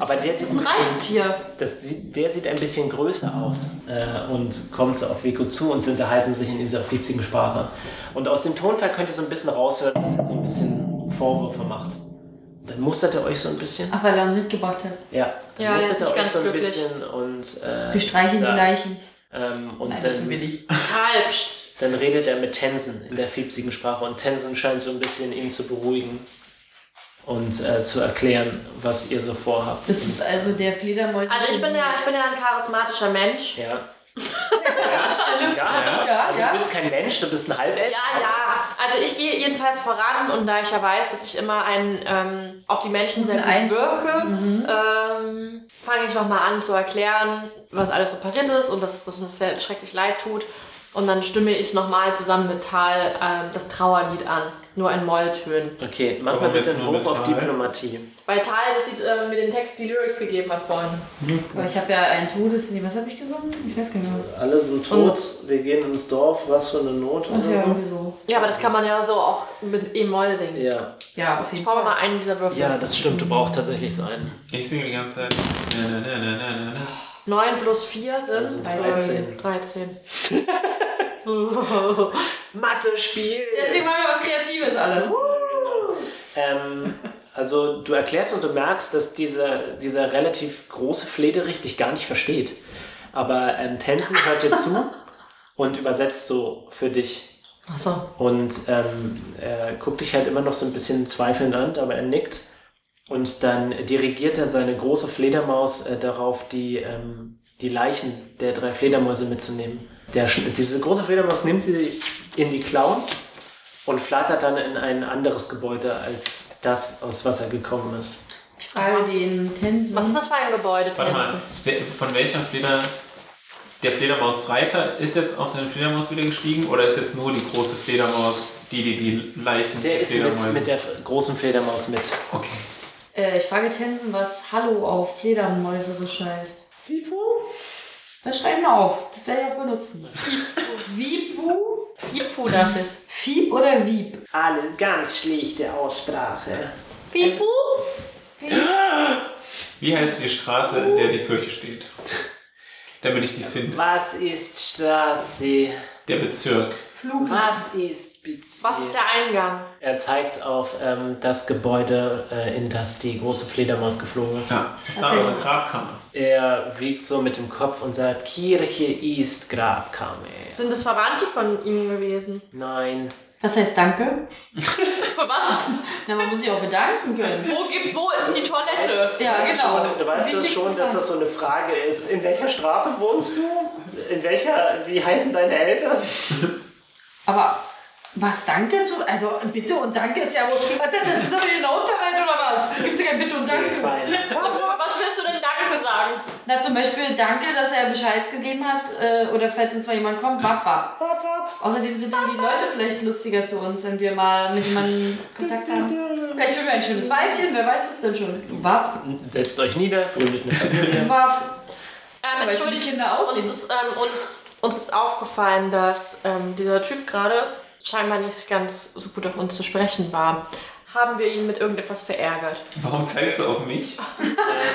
Aber der sieht, ein bisschen, Das reicht hier. das sieht, der sieht ein bisschen größer aus äh, und kommt so auf Vico zu und sie unterhalten sich in dieser fiepsigen Sprache. Und aus dem Tonfall könnt ihr so ein bisschen raushören, dass er so ein bisschen Vorwürfe macht. Dann mustert er euch so ein bisschen. Ach, weil er uns mitgebracht hat. Ja, dann Ja, mustert jetzt er nicht euch ganz so ein glücklich. bisschen und. Äh, Wir streichen die sagt, Leichen. Ähm, und Nein, das tun wir dann, nicht. Halb. Psst. dann redet er mit Tensen in der fiepsigen Sprache und Tensen scheint so ein bisschen ihn zu beruhigen und äh, zu erklären, was ihr so vorhabt. Das ist und, also der Fledermäuse. Also ich bin ja, ich bin ja ein charismatischer Mensch. ja, Ja, stimmt, ja. Ja. Also du bist kein Mensch, du bist ein Halbelf. Ja, ja. Also ich gehe jedenfalls voran und da ich ja weiß, dass ich immer ein, ähm, auf die Menschen sehr Guten gut Eindruck. wirke, Mhm. ähm, fange ich nochmal an zu erklären, was alles so passiert ist und dass dass uns sehr schrecklich leid tut. Und dann stimme ich nochmal zusammen mit Tal ähm, das Trauerlied an. Nur in Molltönen. Okay, mach mal Warum bitte jetzt einen nur Wurf mit auf Tal? Diplomatie. Weil Tal das Lied äh, mit dem Text die Lyrics gegeben hat vorhin. Aber Oh, ich habe ja einen Todes... Nee, was habe ich gesungen? Ich weiß gar nicht mehr. Alle sind tot, wir gehen ins Dorf, was für eine Not Ach Also oder ja, so. irgendwie so. Ja, aber das kann man ja so auch mit E-Moll singen. Ja. Ja, auf jeden Ich brauche mal Fall. einen dieser Würfel. ja, das stimmt, du brauchst tatsächlich so einen. Ich singe die ganze Zeit. Na, na, na, na, na, na, na. 9 plus 4 sind Also 13. 13. 13. Mathe-Spiel! Deswegen machen wir was Kreatives alle. Ähm, also du erklärst und du merkst, dass dieser, dieser relativ große Flederich dich gar nicht versteht. Aber ähm, Tänzen hört dir zu und übersetzt so für dich. Achso. Und ähm, er guckt dich halt immer noch so ein bisschen zweifelnd an, aber er nickt. Und dann dirigiert er seine große Fledermaus äh, darauf, die, ähm, die Leichen der drei Fledermäuse mitzunehmen. Der, Sch- diese große Fledermaus nimmt sie in die Klauen und flattert dann in ein anderes Gebäude als das, aus was er gekommen ist. Ich frage den Tensen. Was ist das für ein Gebäude, Warte Tänzen? mal, wer- von welcher Fleder. Der Fledermausreiter ist jetzt auf seine Fledermaus wieder gestiegen oder ist jetzt nur die große Fledermaus, die die, die Leichen Der ist Fledermäuse- mit, mit der großen Fledermaus mit. Okay. Äh, ich frage Tensen, was Hallo auf Fledermäuserisch heißt. Wifu? Das schreiben wir Äh, auf. Das werde ich auch benutzen. Wifu? Fifu dachte ich. [laughs] Fieb oder Wieb? Alle ganz schlichte Aussprache. Fifu? Wie heißt die Straße, in der die [laughs] Kirche steht? Damit ich die finde. Was ist Straße? Der Bezirk. Was ist Bezirk? Was ist der Eingang? Er zeigt auf ähm, das Gebäude, äh, in das die große Fledermaus geflogen ist. Ja, ist damals eine Grabkammer. Er wiegt so mit dem Kopf und sagt, Kirche ist Grabkammer. Sind das Verwandte von ihm gewesen? Nein. Was heißt Danke? Für was? Na, man muss sich auch bedanken [laughs] können. Wo, gibt, wo ist die Äh, Toilette? Ja, genau. Schon, du weißt das schon, dass das so eine Frage ist. In welcher Straße wohnst du? In welcher, wie heißen deine Eltern? Aber was Danke zu... Also Bitte und Danke ist ja wohl... Warte, das ist doch hier eine Unterwelt oder was? Gibt's kein Bitte und Danke? Fein. Für was willst du denn Danke sagen? Ähm, Na, zum Beispiel Danke, dass er Bescheid gegeben hat. Äh, oder falls uns mal jemand kommt, wapp, wapp. Außerdem sind dann die Leute vielleicht lustiger zu uns, wenn wir mal mit jemandem Kontakt haben. Vielleicht finden wir ein schönes Weibchen, wer weiß das denn schon? Wap, Setzt euch nieder, gründet eine Familie. wap. Ähm, Weißt du, Entschuldigung, wie Kinder uns aussehen? ist, ähm, uns, uns ist aufgefallen, dass ähm, dieser Typ gerade scheinbar nicht ganz so gut auf uns zu sprechen war. Haben wir ihn mit irgendetwas verärgert? Warum zeigst du auf mich?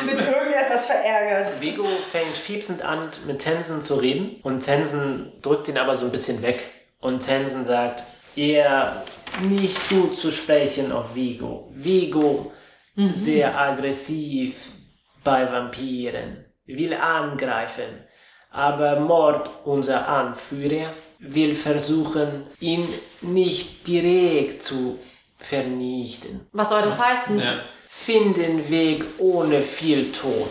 Mit irgendetwas verärgert. Vigo fängt fiepsend an, mit Tensen zu reden. Und Tensen drückt ihn aber so ein bisschen weg. Und Tensen sagt, eher nicht gut zu sprechen auf Vigo. Vigo, sehr aggressiv bei Vampiren, will angreifen. Aber Mord, unser Anführer, will versuchen, ihn nicht direkt zu vernichten. Was soll das heißen? Ja. Finden Weg ohne viel Tod.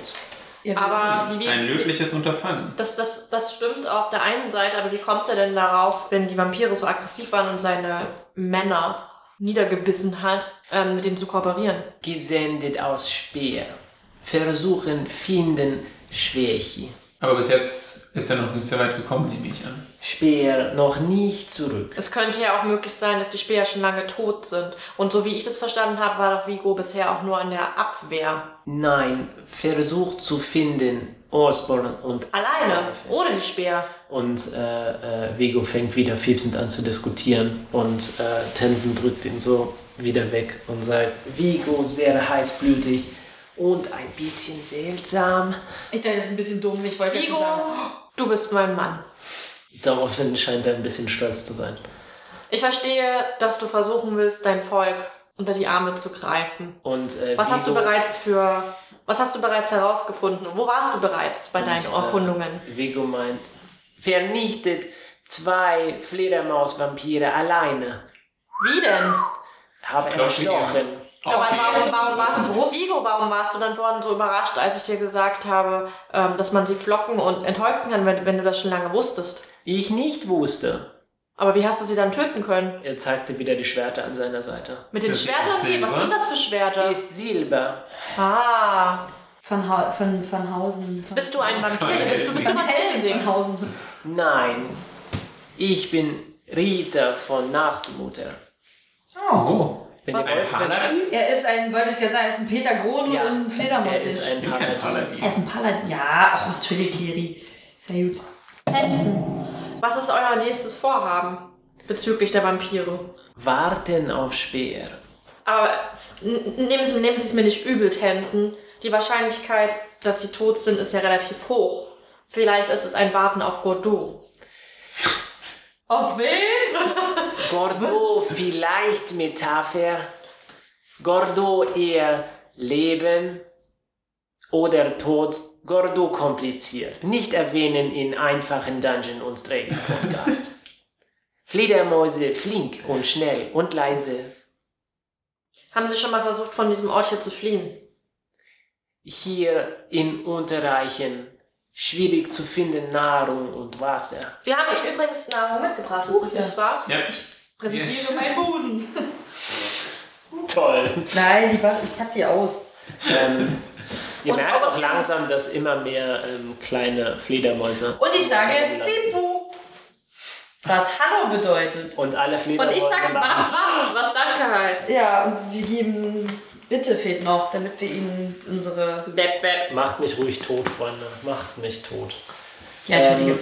Ja, Aber wie, wie, Ein löbliches Unterfangen. Das, das, das stimmt auf der einen Seite, aber wie kommt er denn darauf, wenn die Vampire so aggressiv waren und seine Männer niedergebissen hat, ähm, mit denen zu kooperieren? gesendet aus Speer. Versuchen finden Schwäche. Aber bis jetzt ist er noch nicht sehr weit gekommen, nehme ich an. Speer noch nicht zurück. Es könnte ja auch möglich sein, dass die Speer schon lange tot sind. Und so wie ich das verstanden habe, war doch Vigo bisher auch nur in der Abwehr. Nein, versucht zu finden Osborne und Alleine, ohne die Speer. Und äh, äh, Vego fängt wieder fiepsend an zu diskutieren und äh, Tensen drückt ihn so wieder weg und sagt, Vigo sehr heißblütig und ein bisschen seltsam. ich dachte, das ist ein bisschen dumm. Ich wollte Vigo. Vigo, sagen. du bist mein Mann. daraufhin scheint er ein bisschen stolz zu sein. Ich verstehe, dass du versuchen willst, dein Volk unter die Arme zu greifen. Und, äh, Was hast du Vigo- bereits für. Was hast du bereits herausgefunden? Wo warst du bereits bei deinen Und, äh, Erkundungen? Vigo meint, vernichtet zwei Fledermausvampire alleine. Wie denn? Habe Knopf erstochen. Aber die- warum, warum warst du, Vigo, warum warst du dann vorhin so überrascht, als ich dir gesagt habe, ähm, dass man sie flocken und enthäupten kann, wenn, wenn du das schon lange wusstest? Die ich nicht wusste. Aber wie hast du sie dann töten können? Er zeigte wieder die Schwerter an seiner Seite. Mit den Das ist Schwertern? Silber. Nee, was sind das für Schwerter? Ist Silber. Ah, Von, ha von, von Hausen. Von bist du Oh, ein Vampir? Bist du, bist du von ein Helsing? Helsinghausen? Nein. Ich bin Ritter von Nachtmutter. Oh. Oh. Wenn ihr Ein wollt, könnt- Paladin? Er ist ein, wollte ich gerade sagen, er ist ein Peter Grone Ja, und ein Fledermaus. er ist ein Ich bin kein Paladin. er ist ein Paladin. Ja, ach, entschuldige, Kiri. Sehr gut. Was ist euer nächstes Vorhaben bezüglich der Vampire? Warten auf Speer. Aber n- nehmen Sie, nehmen Sie es mir nicht übel, Tänzen. Die Wahrscheinlichkeit, dass sie tot sind, ist ja relativ hoch. Vielleicht ist es ein Warten auf Godot. Auf wen? Gordo vielleicht Metapher. Gordo eher Leben oder Tod. Gordo kompliziert. Nicht erwähnen in einfachen Dungeon und Dragon [laughs] Podcast. Fledermäuse flink und schnell und leise. Haben Sie schon mal versucht, von diesem Ort hier zu fliehen? Hier in Unterreichen schwierig zu finden Nahrung und Wasser. Wir haben Ihnen übrigens Nahrung mitgebracht, ist das ja. nicht wahr? Ja. Präsentiere Yes. mein Busen. Toll. Nein, die mach, ich pack die aus. ähm, ihr Und merkt auch- auch langsam, dass immer mehr ähm, kleine Fledermäuse. Und ich sage rumlaufen. Pipu. Was Hallo bedeutet. Und alle Und Fledermäuse ich sage machen. Bam Bam, was Danke heißt. Ja, und wir geben Bitte fehlt noch, damit wir ihnen unsere. Beb, beb. Macht mich ruhig tot, Freunde. Macht mich tot. Ja, Entschuldige. Ähm,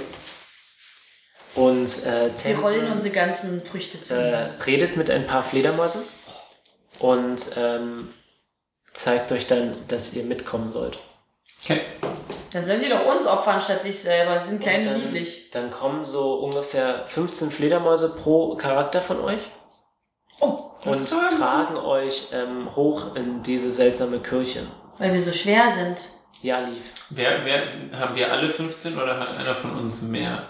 Und äh, wir rollen Tänzen unsere ganzen Früchte zu. äh, redet mit ein paar Fledermäusen und ähm, zeigt euch dann, dass ihr mitkommen sollt. Okay. Dann sollen die doch uns opfern statt sich selber. Sie sind klein Und und dann, niedlich. Dann kommen so ungefähr 15 Fledermäuse pro Charakter von euch Oh, und Tragen tragen euch ähm, hoch in diese seltsame Kirche. weil wir so schwer sind. Ja, lief. Wer, wer, haben wir alle 15 oder hat einer von uns mehr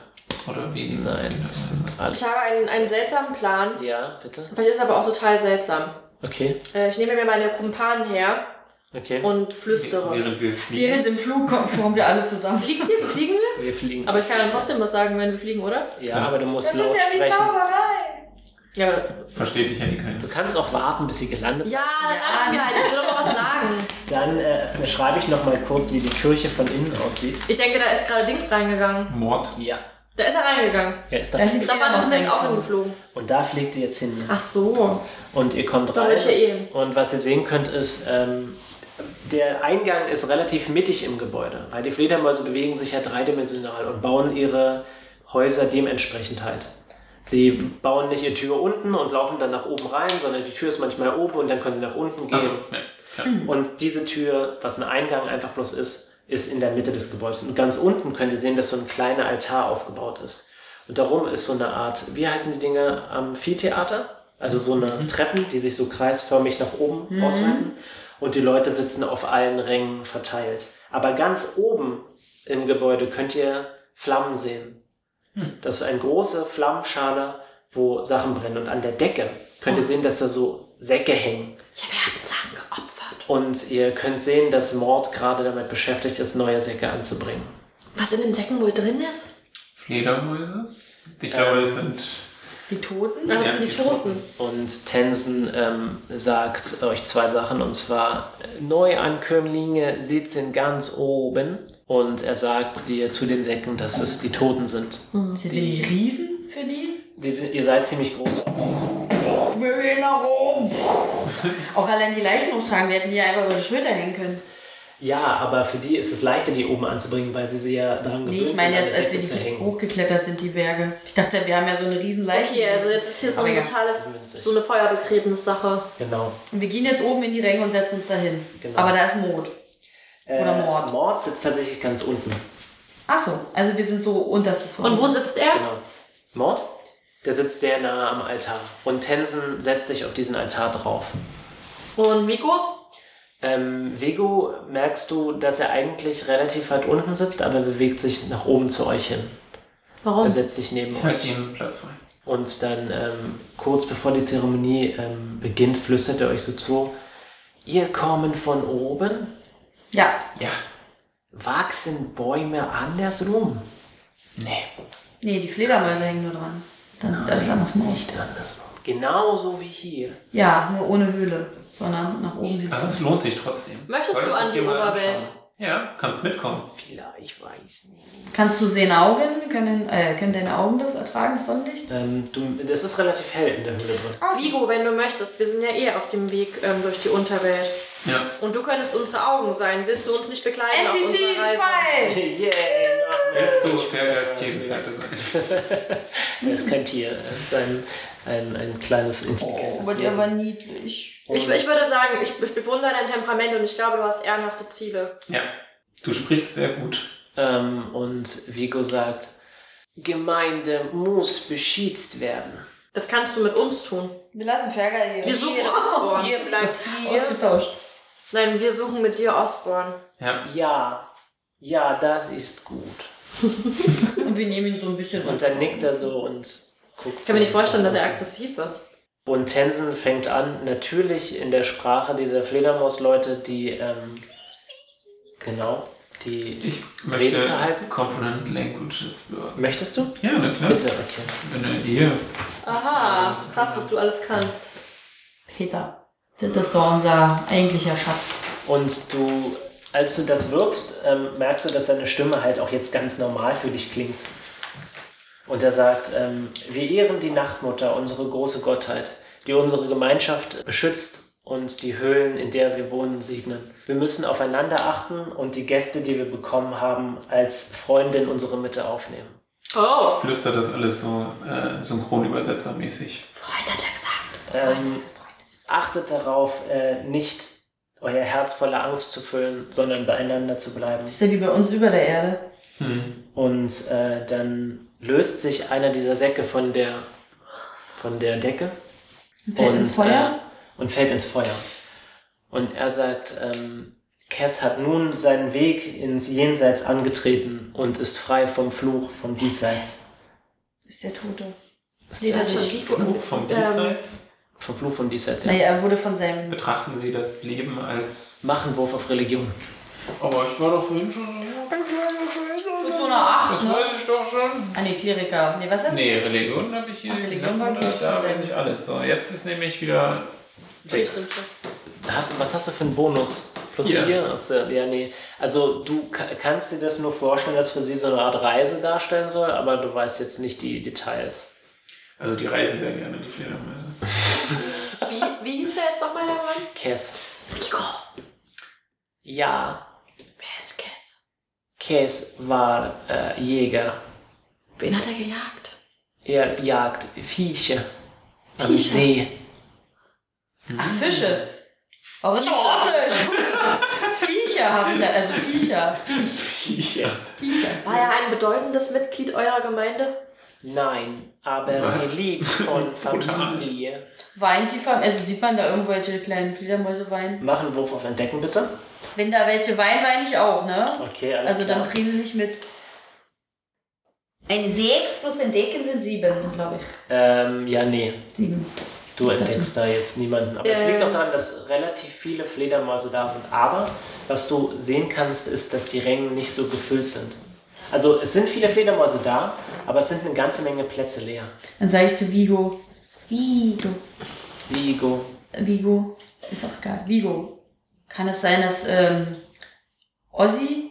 oder weniger? Nein, das sind alles. Ich habe einen, einen seltsamen Plan. Ja, bitte. Vielleicht ist er aber auch total seltsam. Okay, Äh, Ich nehme mir meine Kumpanen her okay. und flüstere. Während wir fliegen. Während im Flug kommen, kommen wir alle zusammen. Fliegen wir? Fliegen wir? wir fliegen. Aber ich kann dann trotzdem was sagen, wenn wir fliegen, oder? ja, aber du musst Das laut ist ja wie sprechen. Zauberei. Ja, aber- Versteht dich ja eh keiner. Du kannst auch warten, bis sie gelandet sind. ja dann lachen wir halt. Ich will doch mal was sagen. Dann äh, schreibe ich noch mal kurz, wie die Kirche von innen aussieht. Ich denke, da ist gerade Dings reingegangen. Mord. Ja. Da ist er reingegangen. Ja, ist Da da. ist die Da war das Fledermaus mir jetzt auch reingeflogen. hingeflogen. Und da fliegt ihr jetzt hin. ja. Ach so. Und ihr kommt Da wollte ich ja rein. eh. Und was ihr sehen könnt, ist, ähm, der Eingang ist relativ mittig im Gebäude, weil die Fledermäuse bewegen sich ja dreidimensional und bauen ihre Häuser dementsprechend halt. Sie bauen nicht ihre Tür unten und laufen dann nach oben rein, sondern die Tür ist manchmal oben und dann können sie nach unten gehen. Achso, ne, klar. Und diese Tür, was ein Eingang einfach bloß ist, ist in der Mitte des Gebäudes. Und ganz unten könnt ihr sehen, dass so ein kleiner Altar aufgebaut ist. Und darum ist so eine Art, wie heißen die Dinge, Amphitheater? Also so eine Treppen, die sich so kreisförmig nach oben ausweiten. Und die Leute sitzen auf allen Rängen verteilt. Aber ganz oben im Gebäude könnt ihr Flammen sehen. Das ist eine große Flammenschale, wo Sachen brennen. Und an der Decke könnt ihr sehen, dass da so Säcke hängen. Ja, wir hatten Sachen geopfert. Und ihr könnt sehen, dass Mord gerade damit beschäftigt ist, neue Säcke anzubringen. Was in den Säcken wohl drin ist? Fledermäuse? Ich glaube, Ähm, das sind. Die Toten? Das Ja, sind die die Toten. Und Tensen ähm, sagt euch zwei Sachen. Und zwar, Neuankömmlinge sitzen ganz oben. Und er sagt dir zu den Säcken, dass es die Toten sind. Sind wir nicht Riesen für die? Die sind ihr seid ziemlich groß. Wir gehen nach oben. Auch allein die Leichen umtragen, wir hätten die einfach über die Schulter hängen können. Ja, aber für die ist es leichter, die oben anzubringen, weil sie sie ja dran gewöhnt Nee, ich sind, meine an jetzt, der als wir Decke zu die hängen. hochgeklettert sind, die Berge. Ich dachte, wir haben ja so eine riesen Leichen. Okay, also jetzt ist hier so Aber ein egal. totales, Winzig. so eine Feuerbegräbnissache. Genau. Und wir gehen jetzt oben in die Ränge und setzen uns dahin. Genau. Aber da ist Mond. Oder Mord. Äh, Mord sitzt tatsächlich ganz unten. Ach so, also wir sind so unterstes Und wo Horn. sitzt er? Genau. Mord, der sitzt sehr nah am Altar. Und Tensen setzt sich auf diesen Altar drauf. Und Miko? Ähm, Vigo, merkst du, dass er eigentlich relativ weit unten sitzt, aber er bewegt sich nach oben zu euch hin. Warum? Er setzt sich neben Ich halte euch. ihnen Halt Platz frei. Und dann ähm, kurz bevor die Zeremonie ähm, beginnt, flüstert er euch so zu, Ihr kommen von oben, Ja. Ja. wachsen Bäume andersrum. Nee. Nee, die Fledermäuse hängen nur dran. Dann sieht alles andersrum aus. Nicht andersrum. Genauso wie hier. Ja, nur ohne Höhle, sondern nach oben hin. Aber es lohnt sich trotzdem. Möchtest Solltest du an es die dir mal Oberwelt? anschauen. Ja, kannst mitkommen. Vielleicht weiß nicht. Kannst du sehen Augen? Können, äh, können deine Augen das ertragen, das Sonnenlicht? Ähm, du, das ist relativ hell in der Höhle drin. Vigo, wenn du möchtest, wir sind ja eh auf dem Weg ähm, durch die Unterwelt. Ja. Und du könntest unsere Augen sein. Willst du uns nicht begleiten auf NPC unserer Reise? 2! [laughs] Yeah, noch mehr. Willst du fair als Tiergefährte sein? Das ist kein Tier, es ist ein, ein, ein Oh, kleines, intelligentes Aber der war Wesen. niedlich. Ich, ich würde sagen, ich, ich bewundere dein Temperament und ich glaube, du hast ehrenhafte Ziele. Ja. Du sprichst sehr gut. ähm, und Vigo sagt, Gemeinde muss beschützt werden. Das kannst du mit uns tun. Wir lassen Ferger hier. Wir suchen Osborn. Ihr bleibt hier. Ausgetauscht. Nein, wir suchen mit dir Osborn. Ja. Ja, ja, das ist gut. Und wir nehmen ihn so ein bisschen Und dann nickt er so und guckt. Ich kann mir nicht vorstellen, dass er aggressiv ist. Und Tensen fängt an, natürlich in der Sprache dieser Fledermausleute, die, ähm, genau, die, Ich Rede möchte zu halten? Component Languages bürgen. möchtest du? Ja, na klar. Bitte, okay. Wenn er ihr Aha, krass, was du alles kannst. Peter. Das ist doch unser eigentlicher Schatz. Und du, als du das wirkst, ähm, merkst du, dass seine Stimme halt auch jetzt ganz normal für dich klingt. Und er sagt, ähm, wir ehren die Nachtmutter, unsere große Gottheit, die unsere Gemeinschaft beschützt und die Höhlen, in der wir wohnen, segnen. Wir müssen aufeinander achten und die Gäste, die wir bekommen haben, als Freunde in unsere Mitte aufnehmen. Oh. flüstert das alles so äh, synchronübersetzermäßig. Ähm, achtet darauf, äh, nicht euer Herz voller Angst zu füllen, sondern beieinander zu bleiben. Ist ja wie bei uns über der Erde. Hm. Und äh, dann löst sich einer dieser Säcke von der, von der Decke Und fällt und, ins Feuer. Äh, und fällt ins Feuer. Und er sagt, ähm, Cass hat nun seinen Weg ins Jenseits angetreten und ist frei vom Fluch vom Diesseits. Ist der Tote. Ist Nee, der- das ist- ähm, Buch Ähm, vom Diesseits Vom Fluch vom Diesseits. Ja. Naja, er wurde von seinem. betrachten sie das Leben als. Machen Wurf auf Religion. Aber ich war doch vorhin schon so. ne? Mit so einer Acht, Das ne? weiß ich doch schon. An die Kleriker. Nee, was hat's? Nee, Religion habe ich hier. Ah, Religion Na, war da, gut. da weiß ich alles. So, jetzt ist nämlich wieder sechs. Hast, was hast du für einen Bonus? Plus Ja. vier? Also, ja, nee. Also du ka- kannst dir das nur vorstellen, dass für sie so eine Art Reise darstellen soll, aber du weißt jetzt nicht die Details. Also die reisen sehr gerne, die Fledermäuse. Wie, wie hieß der jetzt nochmal, der Mann? Cass. Vigo. Ja, Wer ist Cass? Cass war äh, Jäger. Wen hat er gejagt? Er jagt Viecher am See. Ach, Fische. Orientalisch. Viecher haben wir, also Viecher. [laughs] Ja. Viecher. War er ein bedeutendes Mitglied eurer Gemeinde? Nein, aber Was? geliebt von Brutal. Familie. Weint die Farm, also sieht man da irgendwelche kleinen Fledermäuse weinen? Machen einen Wurf auf Entdecken, bitte. Wenn da welche weinen, weine ich auch, ne? Okay, alles Also klar. dann Tränen nicht mit. Eine 6 plus Entdecken sind 7. Glaube ich. ähm, ja, nee, Sieben. du entdeckst da jetzt niemanden. Aber es Ähm. Äh. liegt auch daran, dass relativ viele Fledermäuse da sind. Aber was du sehen kannst, ist, dass die Rängen nicht so gefüllt sind. Also es sind viele Fledermäuse da, aber es sind eine ganze Menge Plätze leer. Dann sage ich zu Vigo. Vigo. Vigo, Vigo. Ist auch geil. Vigo. Kann es sein, dass ähm, Ozzy.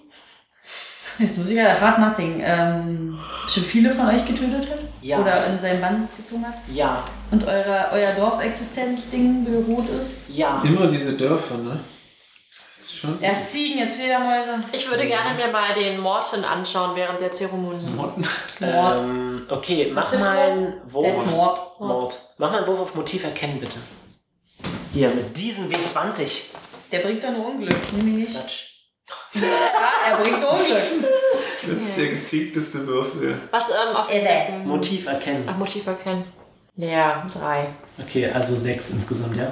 Jetzt muss ich gerade hart nachdenken. Ähm, schon viele von euch getötet hat? Ja. Oder in seinen Bann gezogen hat? ja, Und eure, euer Dorfexistenzding beruht ist? ja. Immer diese Dörfer, ne? Das ist schon. Erst Ziegen, jetzt Fledermäuse. Ich würde gerne mir mal den Morten anschauen während der Zeremonie. Motten. Mord. Ähm, okay, mach sind mal einen Der ist Wurf. Mord. Mord. Mach mal einen Wurf auf Motiv erkennen, bitte. Hier, mit diesem W20. Der bringt doch nur Unglück. Nimm ihn nicht. Quatsch. Ja, er bringt Unglück. Das ist der gezielteste Würfel. Was ähm, auf Irre. Entdecken? Motiv Ach, erkennen. Motiv erkennen. Ja, drei. Okay, also sechs insgesamt, ja?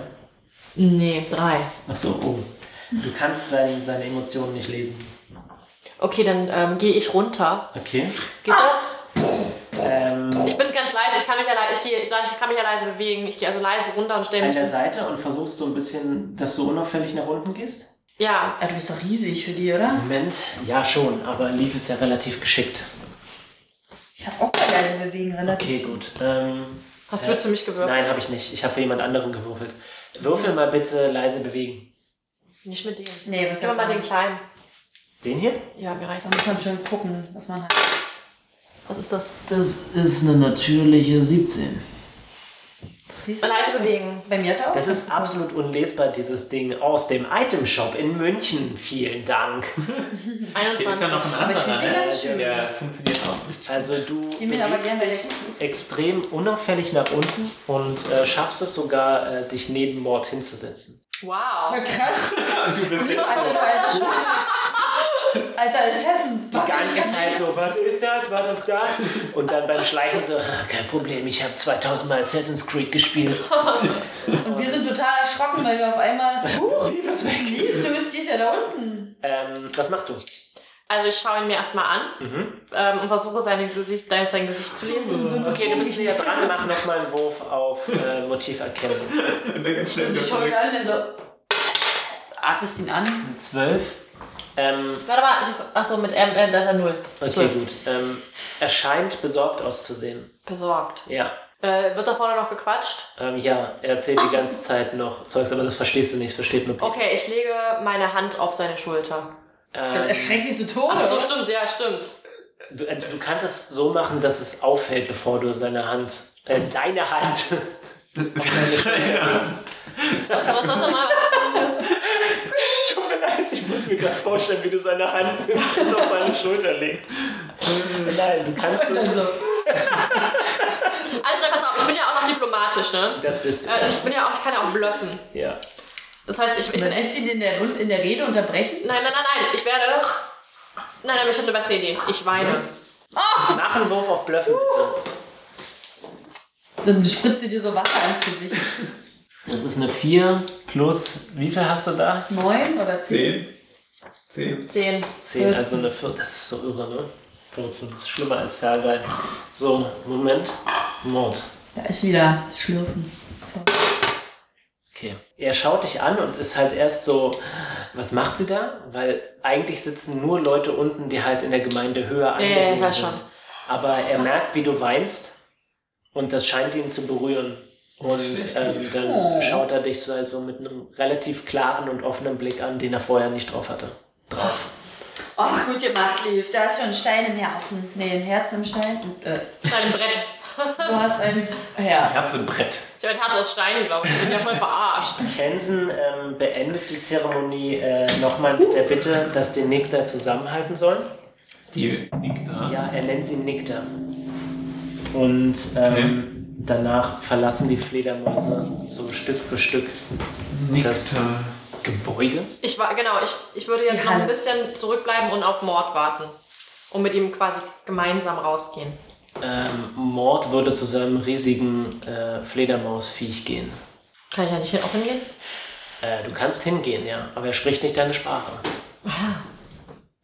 Nee, drei. Ach so, oh. Du kannst sein, seine Emotionen nicht lesen. Okay, dann ähm, gehe ich runter. Okay. Geht das? ähm, Ich bin ganz leise, ich kann mich ja, le- ich gehe, ich kann mich ja leise bewegen. Ich gehe also leise runter und stelle an mich. der Seite und versuchst so ein bisschen, dass du unauffällig nach unten gehst? Ja, Ja, Ah, du bist doch riesig für die, oder? Moment, ja schon, aber Leaf ist ja relativ geschickt. Ich habe auch mal leise bewegen relativ. Okay, gut. Ähm, hast Ja. du zu mich gewirkt? nein, habe ich nicht. Ich habe für jemand anderen gewürfelt. Würfel mal bitte leise bewegen. Nicht mit dem. Nee, wir Gib mir mal den den kleinen. Den hier? Ja, mir reicht's. Da muss man schon gucken, was man hat. Was ist das? Das ist eine natürliche 17. Siehst du? Leise bewegen. Bei mir hat er auch. Das ist absolut unlesbar, dieses Ding aus dem Itemshop in München. Vielen Dank. Hier ist ja noch ein 21. ich anderer, finde den ganz ne? schön. der funktioniert auch [laughs] so richtig. Also du Die mir aber bewegst gerne dich extrem unauffällig nach unten und äh, schaffst es sogar, äh, dich neben Mord hinzusetzen. Wow. [laughs] Krass. Und du bist jetzt Alter, du so. alter Schwede. Alter Assassin. Die ganze Zeit so, was ist das, was ist das? Und dann beim Schleichen so, "Ah, kein Problem, ich habe 2000 Mal Assassin's Creed gespielt. Und wir sind total erschrocken, weil wir auf einmal. Huch, Lief ist weg. Lief, du bist dies ja da unten. Ähm, was machst du? Also ich schaue ihn mir erstmal an ähm, und versuche seine Gesicht, dein, sein Gesicht zu lesen. Okay, du bist näher dran, mach nochmal einen Wurf auf äh, Motiv [laughs] erkennen. Und dann ganz schnell Und wieder sie schauen ihn zurück. an, dann so. Atmest ihn an. 12. Ähm, Warte mal, ich, achso, mit M, äh, da ist er null. okay, gut. Ähm, erscheint besorgt auszusehen. Besorgt. Ja. Äh, wird da vorne noch gequatscht? Ähm, ja, er erzählt die ganze Zeit noch Zeugs, aber das verstehst du nicht, das versteht nur Pip. Okay, ich lege meine Hand auf seine Schulter. Dann Ähm, erschreckt sie zu Tode. Ach so, stimmt, ja, stimmt. du, äh, du kannst es so machen, dass es auffällt, bevor du seine Hand, äh, deine Hand [laughs] Was, was, was, was, was? Tut mir leid, ich muss mir gerade vorstellen, wie du seine Hand nimmst und auf seine Schulter legst. Nein, du kannst es. Also, dann pass auf, ich bin ja auch noch diplomatisch, ne? Das bist du. Äh, ich bin ja auch, ich kann ja auch bluffen. Ja. Das heißt, ich, ich Und bin dann echt willst du ihn in der, Rund- in der Rede unterbrechen? Nein, nein, nein, nein, ich werde. Nein, nein, ich habe eine bessere Idee. Ich weine. Mach einen Wurf auf Bluffen, bitte. Dann spritzt sie dir so Wasser ans Gesicht. Das ist eine 4 plus, wie viel hast du da? Neun oder zehn? [laughs] Zehn. Zehn. Zehn. 10, also eine 4. Das ist so irre, ne? 14. Das ist schlimmer als Fergal. So, Moment. Mord. Da ist wieder Schlürfen. So. Okay. Er schaut dich an und ist halt erst so, was macht sie da? Weil eigentlich sitzen nur Leute unten, die halt in der Gemeinde höher Ja, ja, angesehen ich weiß sind. schon. Aber er merkt, wie du weinst und das scheint ihn zu berühren. Und ähm, dann Oh. schaut er dich so halt so mit einem relativ klaren und offenen Blick an, den er vorher nicht drauf hatte. Drauf. Ach, gut gemacht, Liv. Da ist schon ein Stein im Herzen. Nee, ein Herz im Stein. Du, äh, Mit einem Brett. du hast ein Herz. Herz im Brett. Ich habe ein Herz aus Stein, glaube ich. Ich bin ja voll verarscht. Tensen ähm, beendet die Zeremonie äh, nochmal mit der Bitte, dass die Nickter zusammenhalten sollen. Die liegt da. Ja, er nennt sie Nickter. Und ähm, danach verlassen die Fledermäuse so Stück für Stück das Nächster. Gebäude. Ich war, genau, ich, ich würde jetzt Die noch ein Halle. bisschen zurückbleiben und auf Mord warten. Und mit ihm quasi gemeinsam rausgehen. Ähm, Mord würde zu seinem riesigen äh, Fledermausviech gehen. Kann ich ja nicht hin- auch hingehen? Äh, du kannst hingehen, ja, aber er spricht nicht deine Sprache.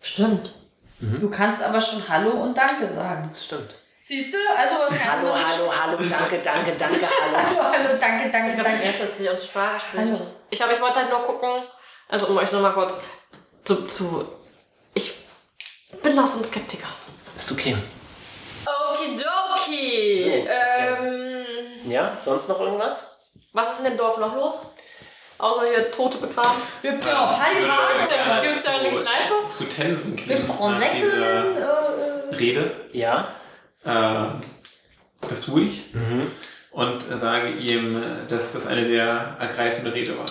Stimmt. Du kannst aber schon Hallo und Danke sagen. Das stimmt. Siehst du? Also was kann Hallo, man hallo, hallo, danke, danke, danke, hallo. [laughs] Hallo, hallo, danke, danke, Ich glaube, danke. erst, dass sie uns Sprache spricht. Hallo. Ich glaube, ich wollte halt nur gucken, also um euch nochmal kurz zu, zu. Ich bin noch so ein Skeptiker. Ist okay. Okidoki! So, okay. Ähm. Ja, sonst noch irgendwas? Was ist in dem Dorf noch los? Außer hier Tote begraben. Gibt's ja auch Heirat? Gibt's da eine Kneipe? Zu Tensen Gibt's nach Frauensechsen? dieser Äh, äh. Rede. Ja. Ähm, das tue ich Mhm. und sage ihm, dass das eine sehr ergreifende Rede war.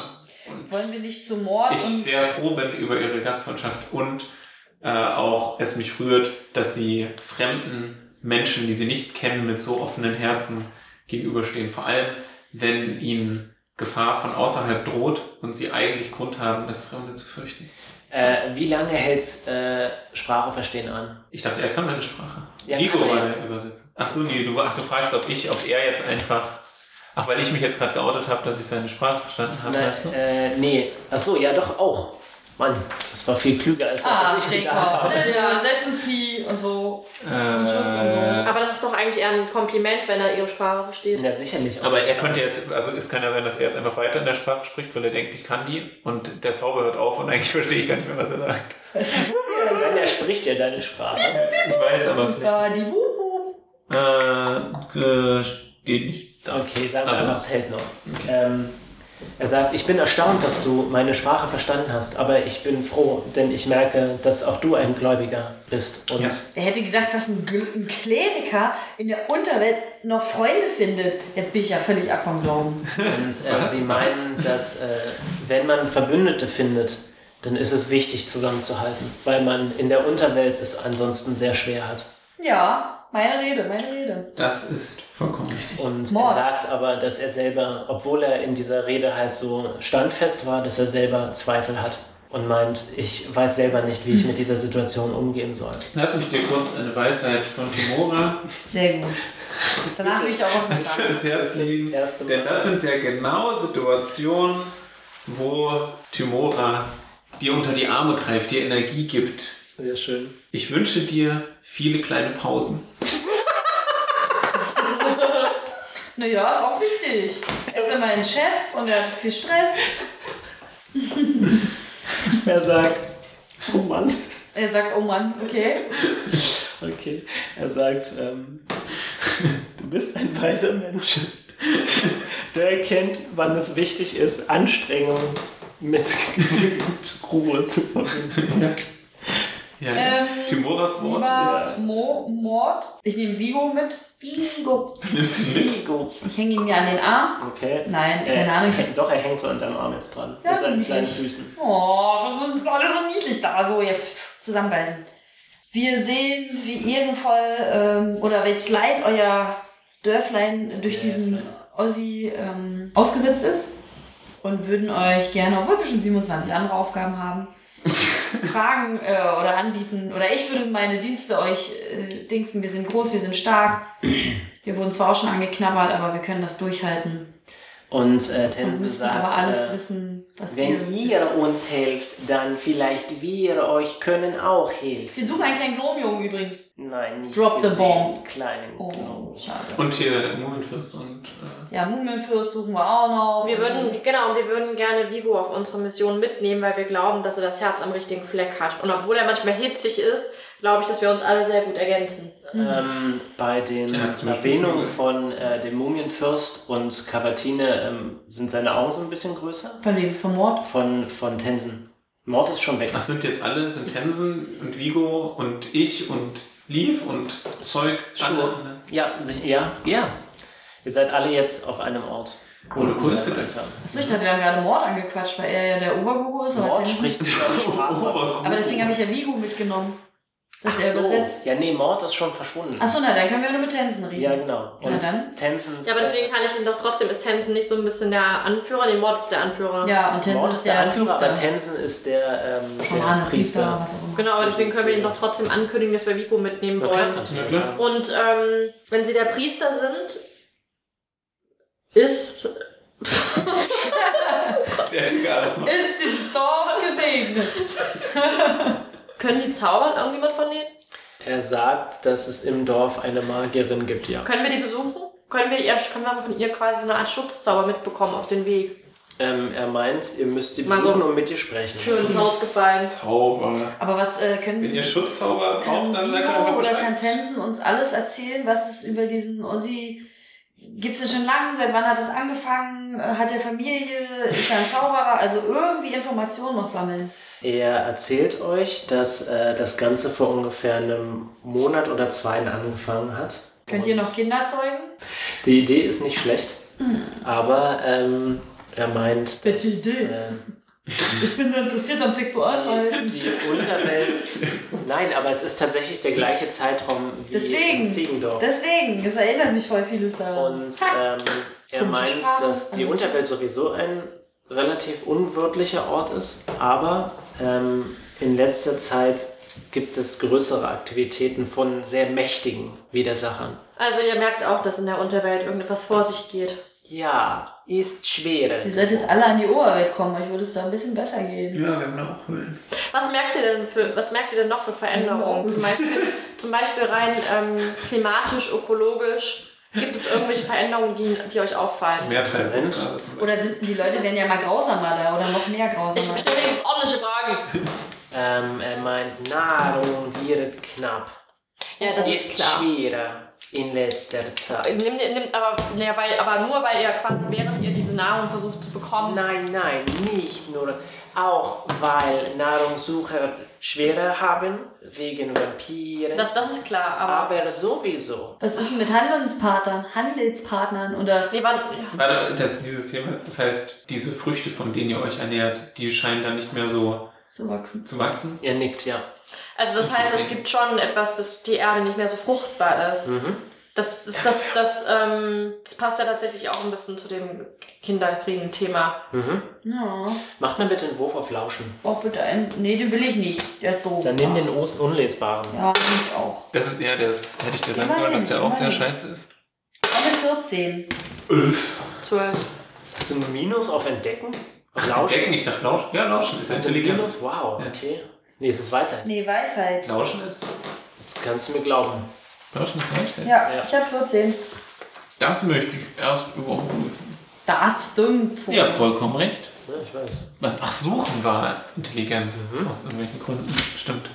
Und Wollen wir nicht zu Mord ich und sehr froh bin über ihre Gastfreundschaft und äh, auch es mich rührt, dass sie fremden Menschen, die sie nicht kennen, mit so offenen Herzen gegenüberstehen. Vor allem, wenn ihnen Gefahr von außerhalb droht und sie eigentlich Grund haben, das Fremde zu fürchten. Äh, wie lange hält äh, Sprache verstehen an? Ich dachte, er kann meine Sprache. Ja, Vigo kann er war ja. der Übersetzer. Ach so, nee, du, ach, du fragst, ob ich, ob er jetzt einfach. Ach, äh, weil ich mich jetzt gerade geoutet habe, dass ich seine Sprache verstanden habe. Nein, weißt du? äh, nee. Ach so, ja, doch auch. Mann, das war viel klüger als was Ah, Also, ich gedacht Jacob. habe. Ja. Selbst ins Knie und so. Äh, Schutz und so. Aber das ist doch eigentlich eher ein Kompliment, wenn er ihre Sprache versteht. Ja, sicherlich. aber er könnte jetzt, also es kann ja sein, dass er jetzt einfach weiter in der Sprache spricht, weil er denkt, ich kann die und der Zauber hört auf und eigentlich [laughs] verstehe ich gar nicht mehr, was er sagt. Dann er spricht ja deine [laughs] Sprache. Ich weiß, aber Ja, die Bubu. Äh, äh, steht nicht. Okay, sagen wir Also- mal, es hält noch. Ähm, er sagt, ich bin erstaunt, dass du meine Sprache verstanden hast, aber ich bin froh, denn ich merke, dass auch du ein Gläubiger bist. Und Ja. Wer hätte gedacht, dass ein, Gl- ein Kleriker in der Unterwelt noch Freunde findet? Jetzt bin ich ja völlig ab vom Glauben. Und äh, sie meinen, dass äh, wenn man Verbündete findet, dann ist es wichtig zusammenzuhalten, weil man in der Unterwelt es ansonsten sehr schwer hat. Ja, meine Rede, meine Rede. Das ist vollkommen richtig. Und Mord. er sagt aber, dass er selber, obwohl er in dieser Rede halt so standfest war, dass er selber Zweifel hat und meint, ich weiß selber nicht, wie ich mit dieser Situation umgehen soll. Lass mich dir kurz eine Weisheit von Timora Sehr gut. Danach will ich auch auf den ans Sack. ans Herz legen. Das erste Mal. Denn das sind ja genau Situationen, wo Timora dir unter die Arme greift, dir Energie gibt. Sehr schön. Ich wünsche dir viele kleine Pausen. Naja, ist auch wichtig. Er ist immer ein Chef und er hat viel Stress. Er sagt, oh Mann, Er sagt, oh Mann, okay. okay. Er sagt, ähm, [laughs] du bist ein weiser Mensch. Der erkennt, wann es wichtig ist, Anstrengungen mit genügend Ruhe zu verbinden. Ja, Ähm, Timoras Wort War Mo Mord. Ich nehme Vigo mit. Vigo. ist, nimmst du mit? Ego. Ich hänge ihn mir an den Arm. Okay. Nein, Äh, keine Ahnung. Ich Doch, er hängt so an deinem Arm jetzt dran. Ja, mit seinen niedlich. kleinen Füßen. Oh, das ist alles so niedlich da, so jetzt zusammenbeißen. Wir sehen, wie ehrenvoll ähm, oder welch Leid euer Dörflein durch diesen Ossi ähm, ausgesetzt ist und würden euch gerne, obwohl wir schon 27 andere Aufgaben haben, Fragen äh, oder anbieten. Oder ich würde meine Dienste euch äh, dingsen. Wir sind groß, wir sind stark. Wir wurden zwar auch schon angeknabbert, aber wir können das durchhalten. Und äh, Und Tense müssen sagt, aber alles äh, wissen, was Wenn wisst. ihr uns helft, dann vielleicht wir euch können auch helfen. Wir suchen einen kleinen Gnomjungen übrigens. Nein, nicht Drop the den bomb. Kleinen Oh, Glauben. schade. Und hier Mumenfürst und äh, Ja, Mumienfürst suchen wir auch noch. Wir würden, genau, wir würden gerne Vigo auf unsere Mission mitnehmen, weil wir glauben, dass er das Herz am richtigen Fleck hat. Und obwohl er manchmal hitzig ist, glaube ich, dass wir uns alle sehr gut ergänzen. Ähm, bei den Ja, zum Beispiel Erwähnungen Flügel. von äh, dem Mumienfürst und Cavatine ähm, sind seine Augen so ein bisschen größer. Von wem? Vom Mord? Von, von Tensen. Mord ist schon weg. das sind jetzt alle, sind Tensen und Vigo und ich und Leaf und Zeug. Sure. alle. Ja, sich, ja, ja. Ihr seid alle jetzt auf einem Ort. Ohne Alter. Koinzidenz. Achso, ich dachte, wir haben gerade Mord angequatscht, weil er ja der Oberguru ist. aber Mord Tengen- spricht dieselbe [laughs] Sprache. Aber deswegen habe ich ja Vigo mitgenommen. Dass er übersetzt. Ja, nee, Mord ist schon verschwunden. Achso, na, dann können wir nur mit Tensen reden. Ja, genau. Na dann. Tensens, Ja, aber deswegen kann ich ihn doch trotzdem, ist Hansen nicht so ein bisschen der Anführer? Nee, Mord ist der Anführer. Ja, und äh, Tensen Mord ist der, Anführer, aber Priester. Tensen ist der, ähm, der Schamane, Priester, Priester. was auch immer. Genau, aber deswegen können wir ihn doch trotzdem ankündigen, dass wir Vigo mitnehmen Ja, wollen. klar, kannst du Ja, das klar. sagen. Und ähm, wenn sie der Priester sind, ist. Sehr viel Geiles machen. Genau. Ist dieses Dorf gesegnet? Können die zaubern, irgendjemand von denen? Er sagt, dass es im Dorf eine Magierin gibt, ja. Können wir die besuchen? Können wir, ihr, können wir von ihr quasi so eine Art Schutzzauber mitbekommen auf den Weg? Ähm, er meint, ihr müsst sie Mal so. besuchen und mit ihr sprechen. Schön ins Haus gefallen. Zauber. Aber was äh, können Wenn Sie ihr Schutzzauber braucht, kann dann sagt Vigo einfach oder kann Bescheid. Tensen uns alles erzählen, was es über diesen Ossi gibt es denn schon lange, seit wann hat es angefangen, Äh, hat er Familie, ist er ein Zauberer, also irgendwie Informationen noch sammeln. Er erzählt euch, dass äh, das Ganze vor ungefähr einem Monat oder zwei angefangen hat. Könnt ihr noch Mhm. Kinder zeugen? Die Idee ist nicht schlecht, aber ähm, er meint, Welche Idee? Äh, Ich bin so interessiert am die, die Unterwelt. Nein, aber es ist tatsächlich der gleiche Zeitraum wie Deswegen. in Ziegendorf. Deswegen, es erinnert mich voll vieles daran. Und ähm, er Komische meint, Sprache. dass die Unterwelt sowieso ein relativ unwirtlicher Ort ist, aber ähm, in letzter Zeit gibt es größere Aktivitäten von sehr mächtigen Widersachern. Also ihr merkt auch, dass in der Unterwelt irgendetwas vor sich geht. Ja, ist schwerer. Ihr solltet alle an die Oberwelt kommen, euch würde es da ein bisschen besser gehen. Ja, wir haben da auch Höhlen. Was merkt ihr denn für, was merkt ihr denn noch für Veränderungen? Zum Beispiel, zum Beispiel rein ähm, klimatisch, ökologisch. Gibt es irgendwelche Veränderungen, die, die euch auffallen? Mehr Treibhausgase zum Beispiel. Oder sind, die Leute werden ja mal grausamer da oder noch mehr Ich grausamer. stelle jetzt ordentliche Fragen. Ähm, er meint, Nahrung wird knapp. Ja, das ist ist klar. schwerer in letzter Zeit. Nimmt, ihr- nimmt aber, naja, weil, aber nur weil ihr quasi während ihr diese Nahrung versucht zu bekommen. Nein, nein, nicht nur. Auch weil Nahrungssucher schwerer haben, wegen Vampiren. Das, das ist klar, aber. aber sowieso. Was ist denn mit Handelspartnern, Handelspartnern oder nee, wann, ja. Warte, das ist dieses Thema jetzt. Das heißt, diese Früchte, von denen ihr euch ernährt, die scheinen dann nicht mehr so so wachsen? zu wachsen. Er nickt, ja. Also das heißt, es gibt schon etwas, dass die Erde nicht mehr so fruchtbar ist. Mhm. Das, ist, das, das, ähm, das passt ja tatsächlich auch ein bisschen zu dem Kinderkriegen-Thema. Mhm. Ja. Mach mal bitte einen Wurf auf Lauschen. Brauch bitte einen. Nee, den will ich nicht. Der ist doof. Ah. Dann nimm den Ost Unlesbaren. Ja, nehm ich auch. Das ist eher das, hätte ich dir sagen Immerhin, sollen, dass der auch sehr immerhin. scheiße ist. Aber mit 14. Ulf. Zwölf. Hast du einen Minus auf Entdecken? Auf Lauschen? Denken, ich dachte Lauschen. Ja, Lauschen ist Hast du einen Intelligenz. Minus? Wow, Ja. okay. Nee, es ist Weisheit. Nee, Weisheit. Lauschen ist, Kannst du mir glauben. Lauschen ist Weisheit. Ja, Ja. ich hab 14. Das möchte ich erst überprüfen. Das stimmt. voll. Ja, vollkommen recht. Ja, ich weiß. Was? Ach, suchen war Intelligenz. Aus irgendwelchen Gründen. Stimmt.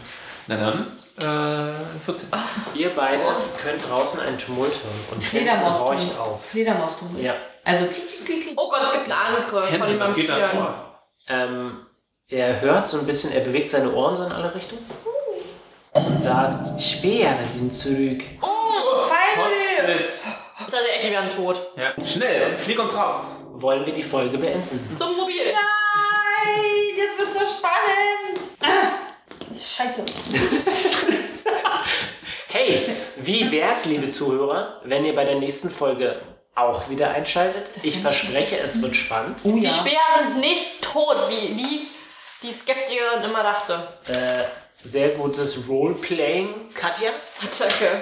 Na dann, äh, 14. Ihr beide könnt draußen einen Tumult hören und Tänzen horcht Fledermaus. auf. Fledermaus. Ja. Also, Oh Gott, es gibt einen Angriff von Tänze, den was geht da Vampiren. vor? Ähm, er hört so ein bisschen, er bewegt seine Ohren so in alle Richtungen und sagt, Speere sind zurück. Kotzblitz. Da der Echi werden tot. Ja. Schnell, flieg uns raus. Wollen wir die Folge beenden? Mhm. Zum Mobil. Nein, jetzt wird's so spannend. Ah, das ist scheiße. Hey, wie wär's, liebe Zuhörer, wenn ihr bei der nächsten Folge auch wieder einschaltet? Ich verspreche, es wird spannend. Oh Die Speer sind nicht tot, wie dies die Skeptikerin immer dachte. Sehr gutes Roleplaying, Katja. Attacke.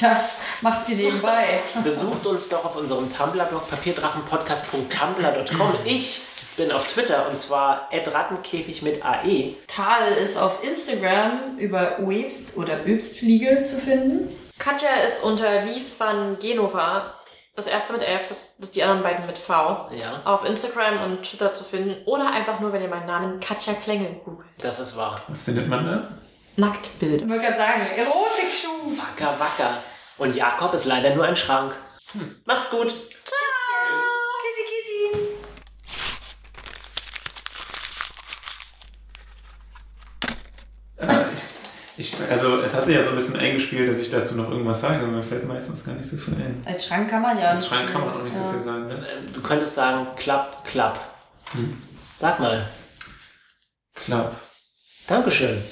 Das macht sie nebenbei. Besucht uns doch auf unserem Tumblr-Blog papierdrachenpodcast.tumblr.com. Ich bin auf Twitter und zwar @rattenkäfig mit E. AE. Tal ist auf Instagram über Webst oder Übstfliege zu finden. Katja ist unter Lief van Genova. Das erste mit F, das, das die anderen beiden mit V. Ja, Auf Instagram und Twitter zu finden. Oder einfach nur, wenn ihr meinen Namen Katja Klengel googelt. das ist wahr. Was findet man da? Ich Nacktbilder. wollte gerade sagen, Erotikschuh. Wacker, wacker. Und Jakob ist leider nur ein Schrank. Hm, Macht's gut. Kissi, kissi. Äh, ich, ich, also, es hat sich ja so ein bisschen eingespielt, dass ich dazu noch irgendwas sage. Mir fällt meistens gar nicht so viel ein. Als Schrank kann man ja. Als nicht Schrank kann man so- auch nicht so ja. viel sagen. Ne? Ähm, Du könntest sagen, klapp, klapp. Sag mal. Klapp. Dankeschön.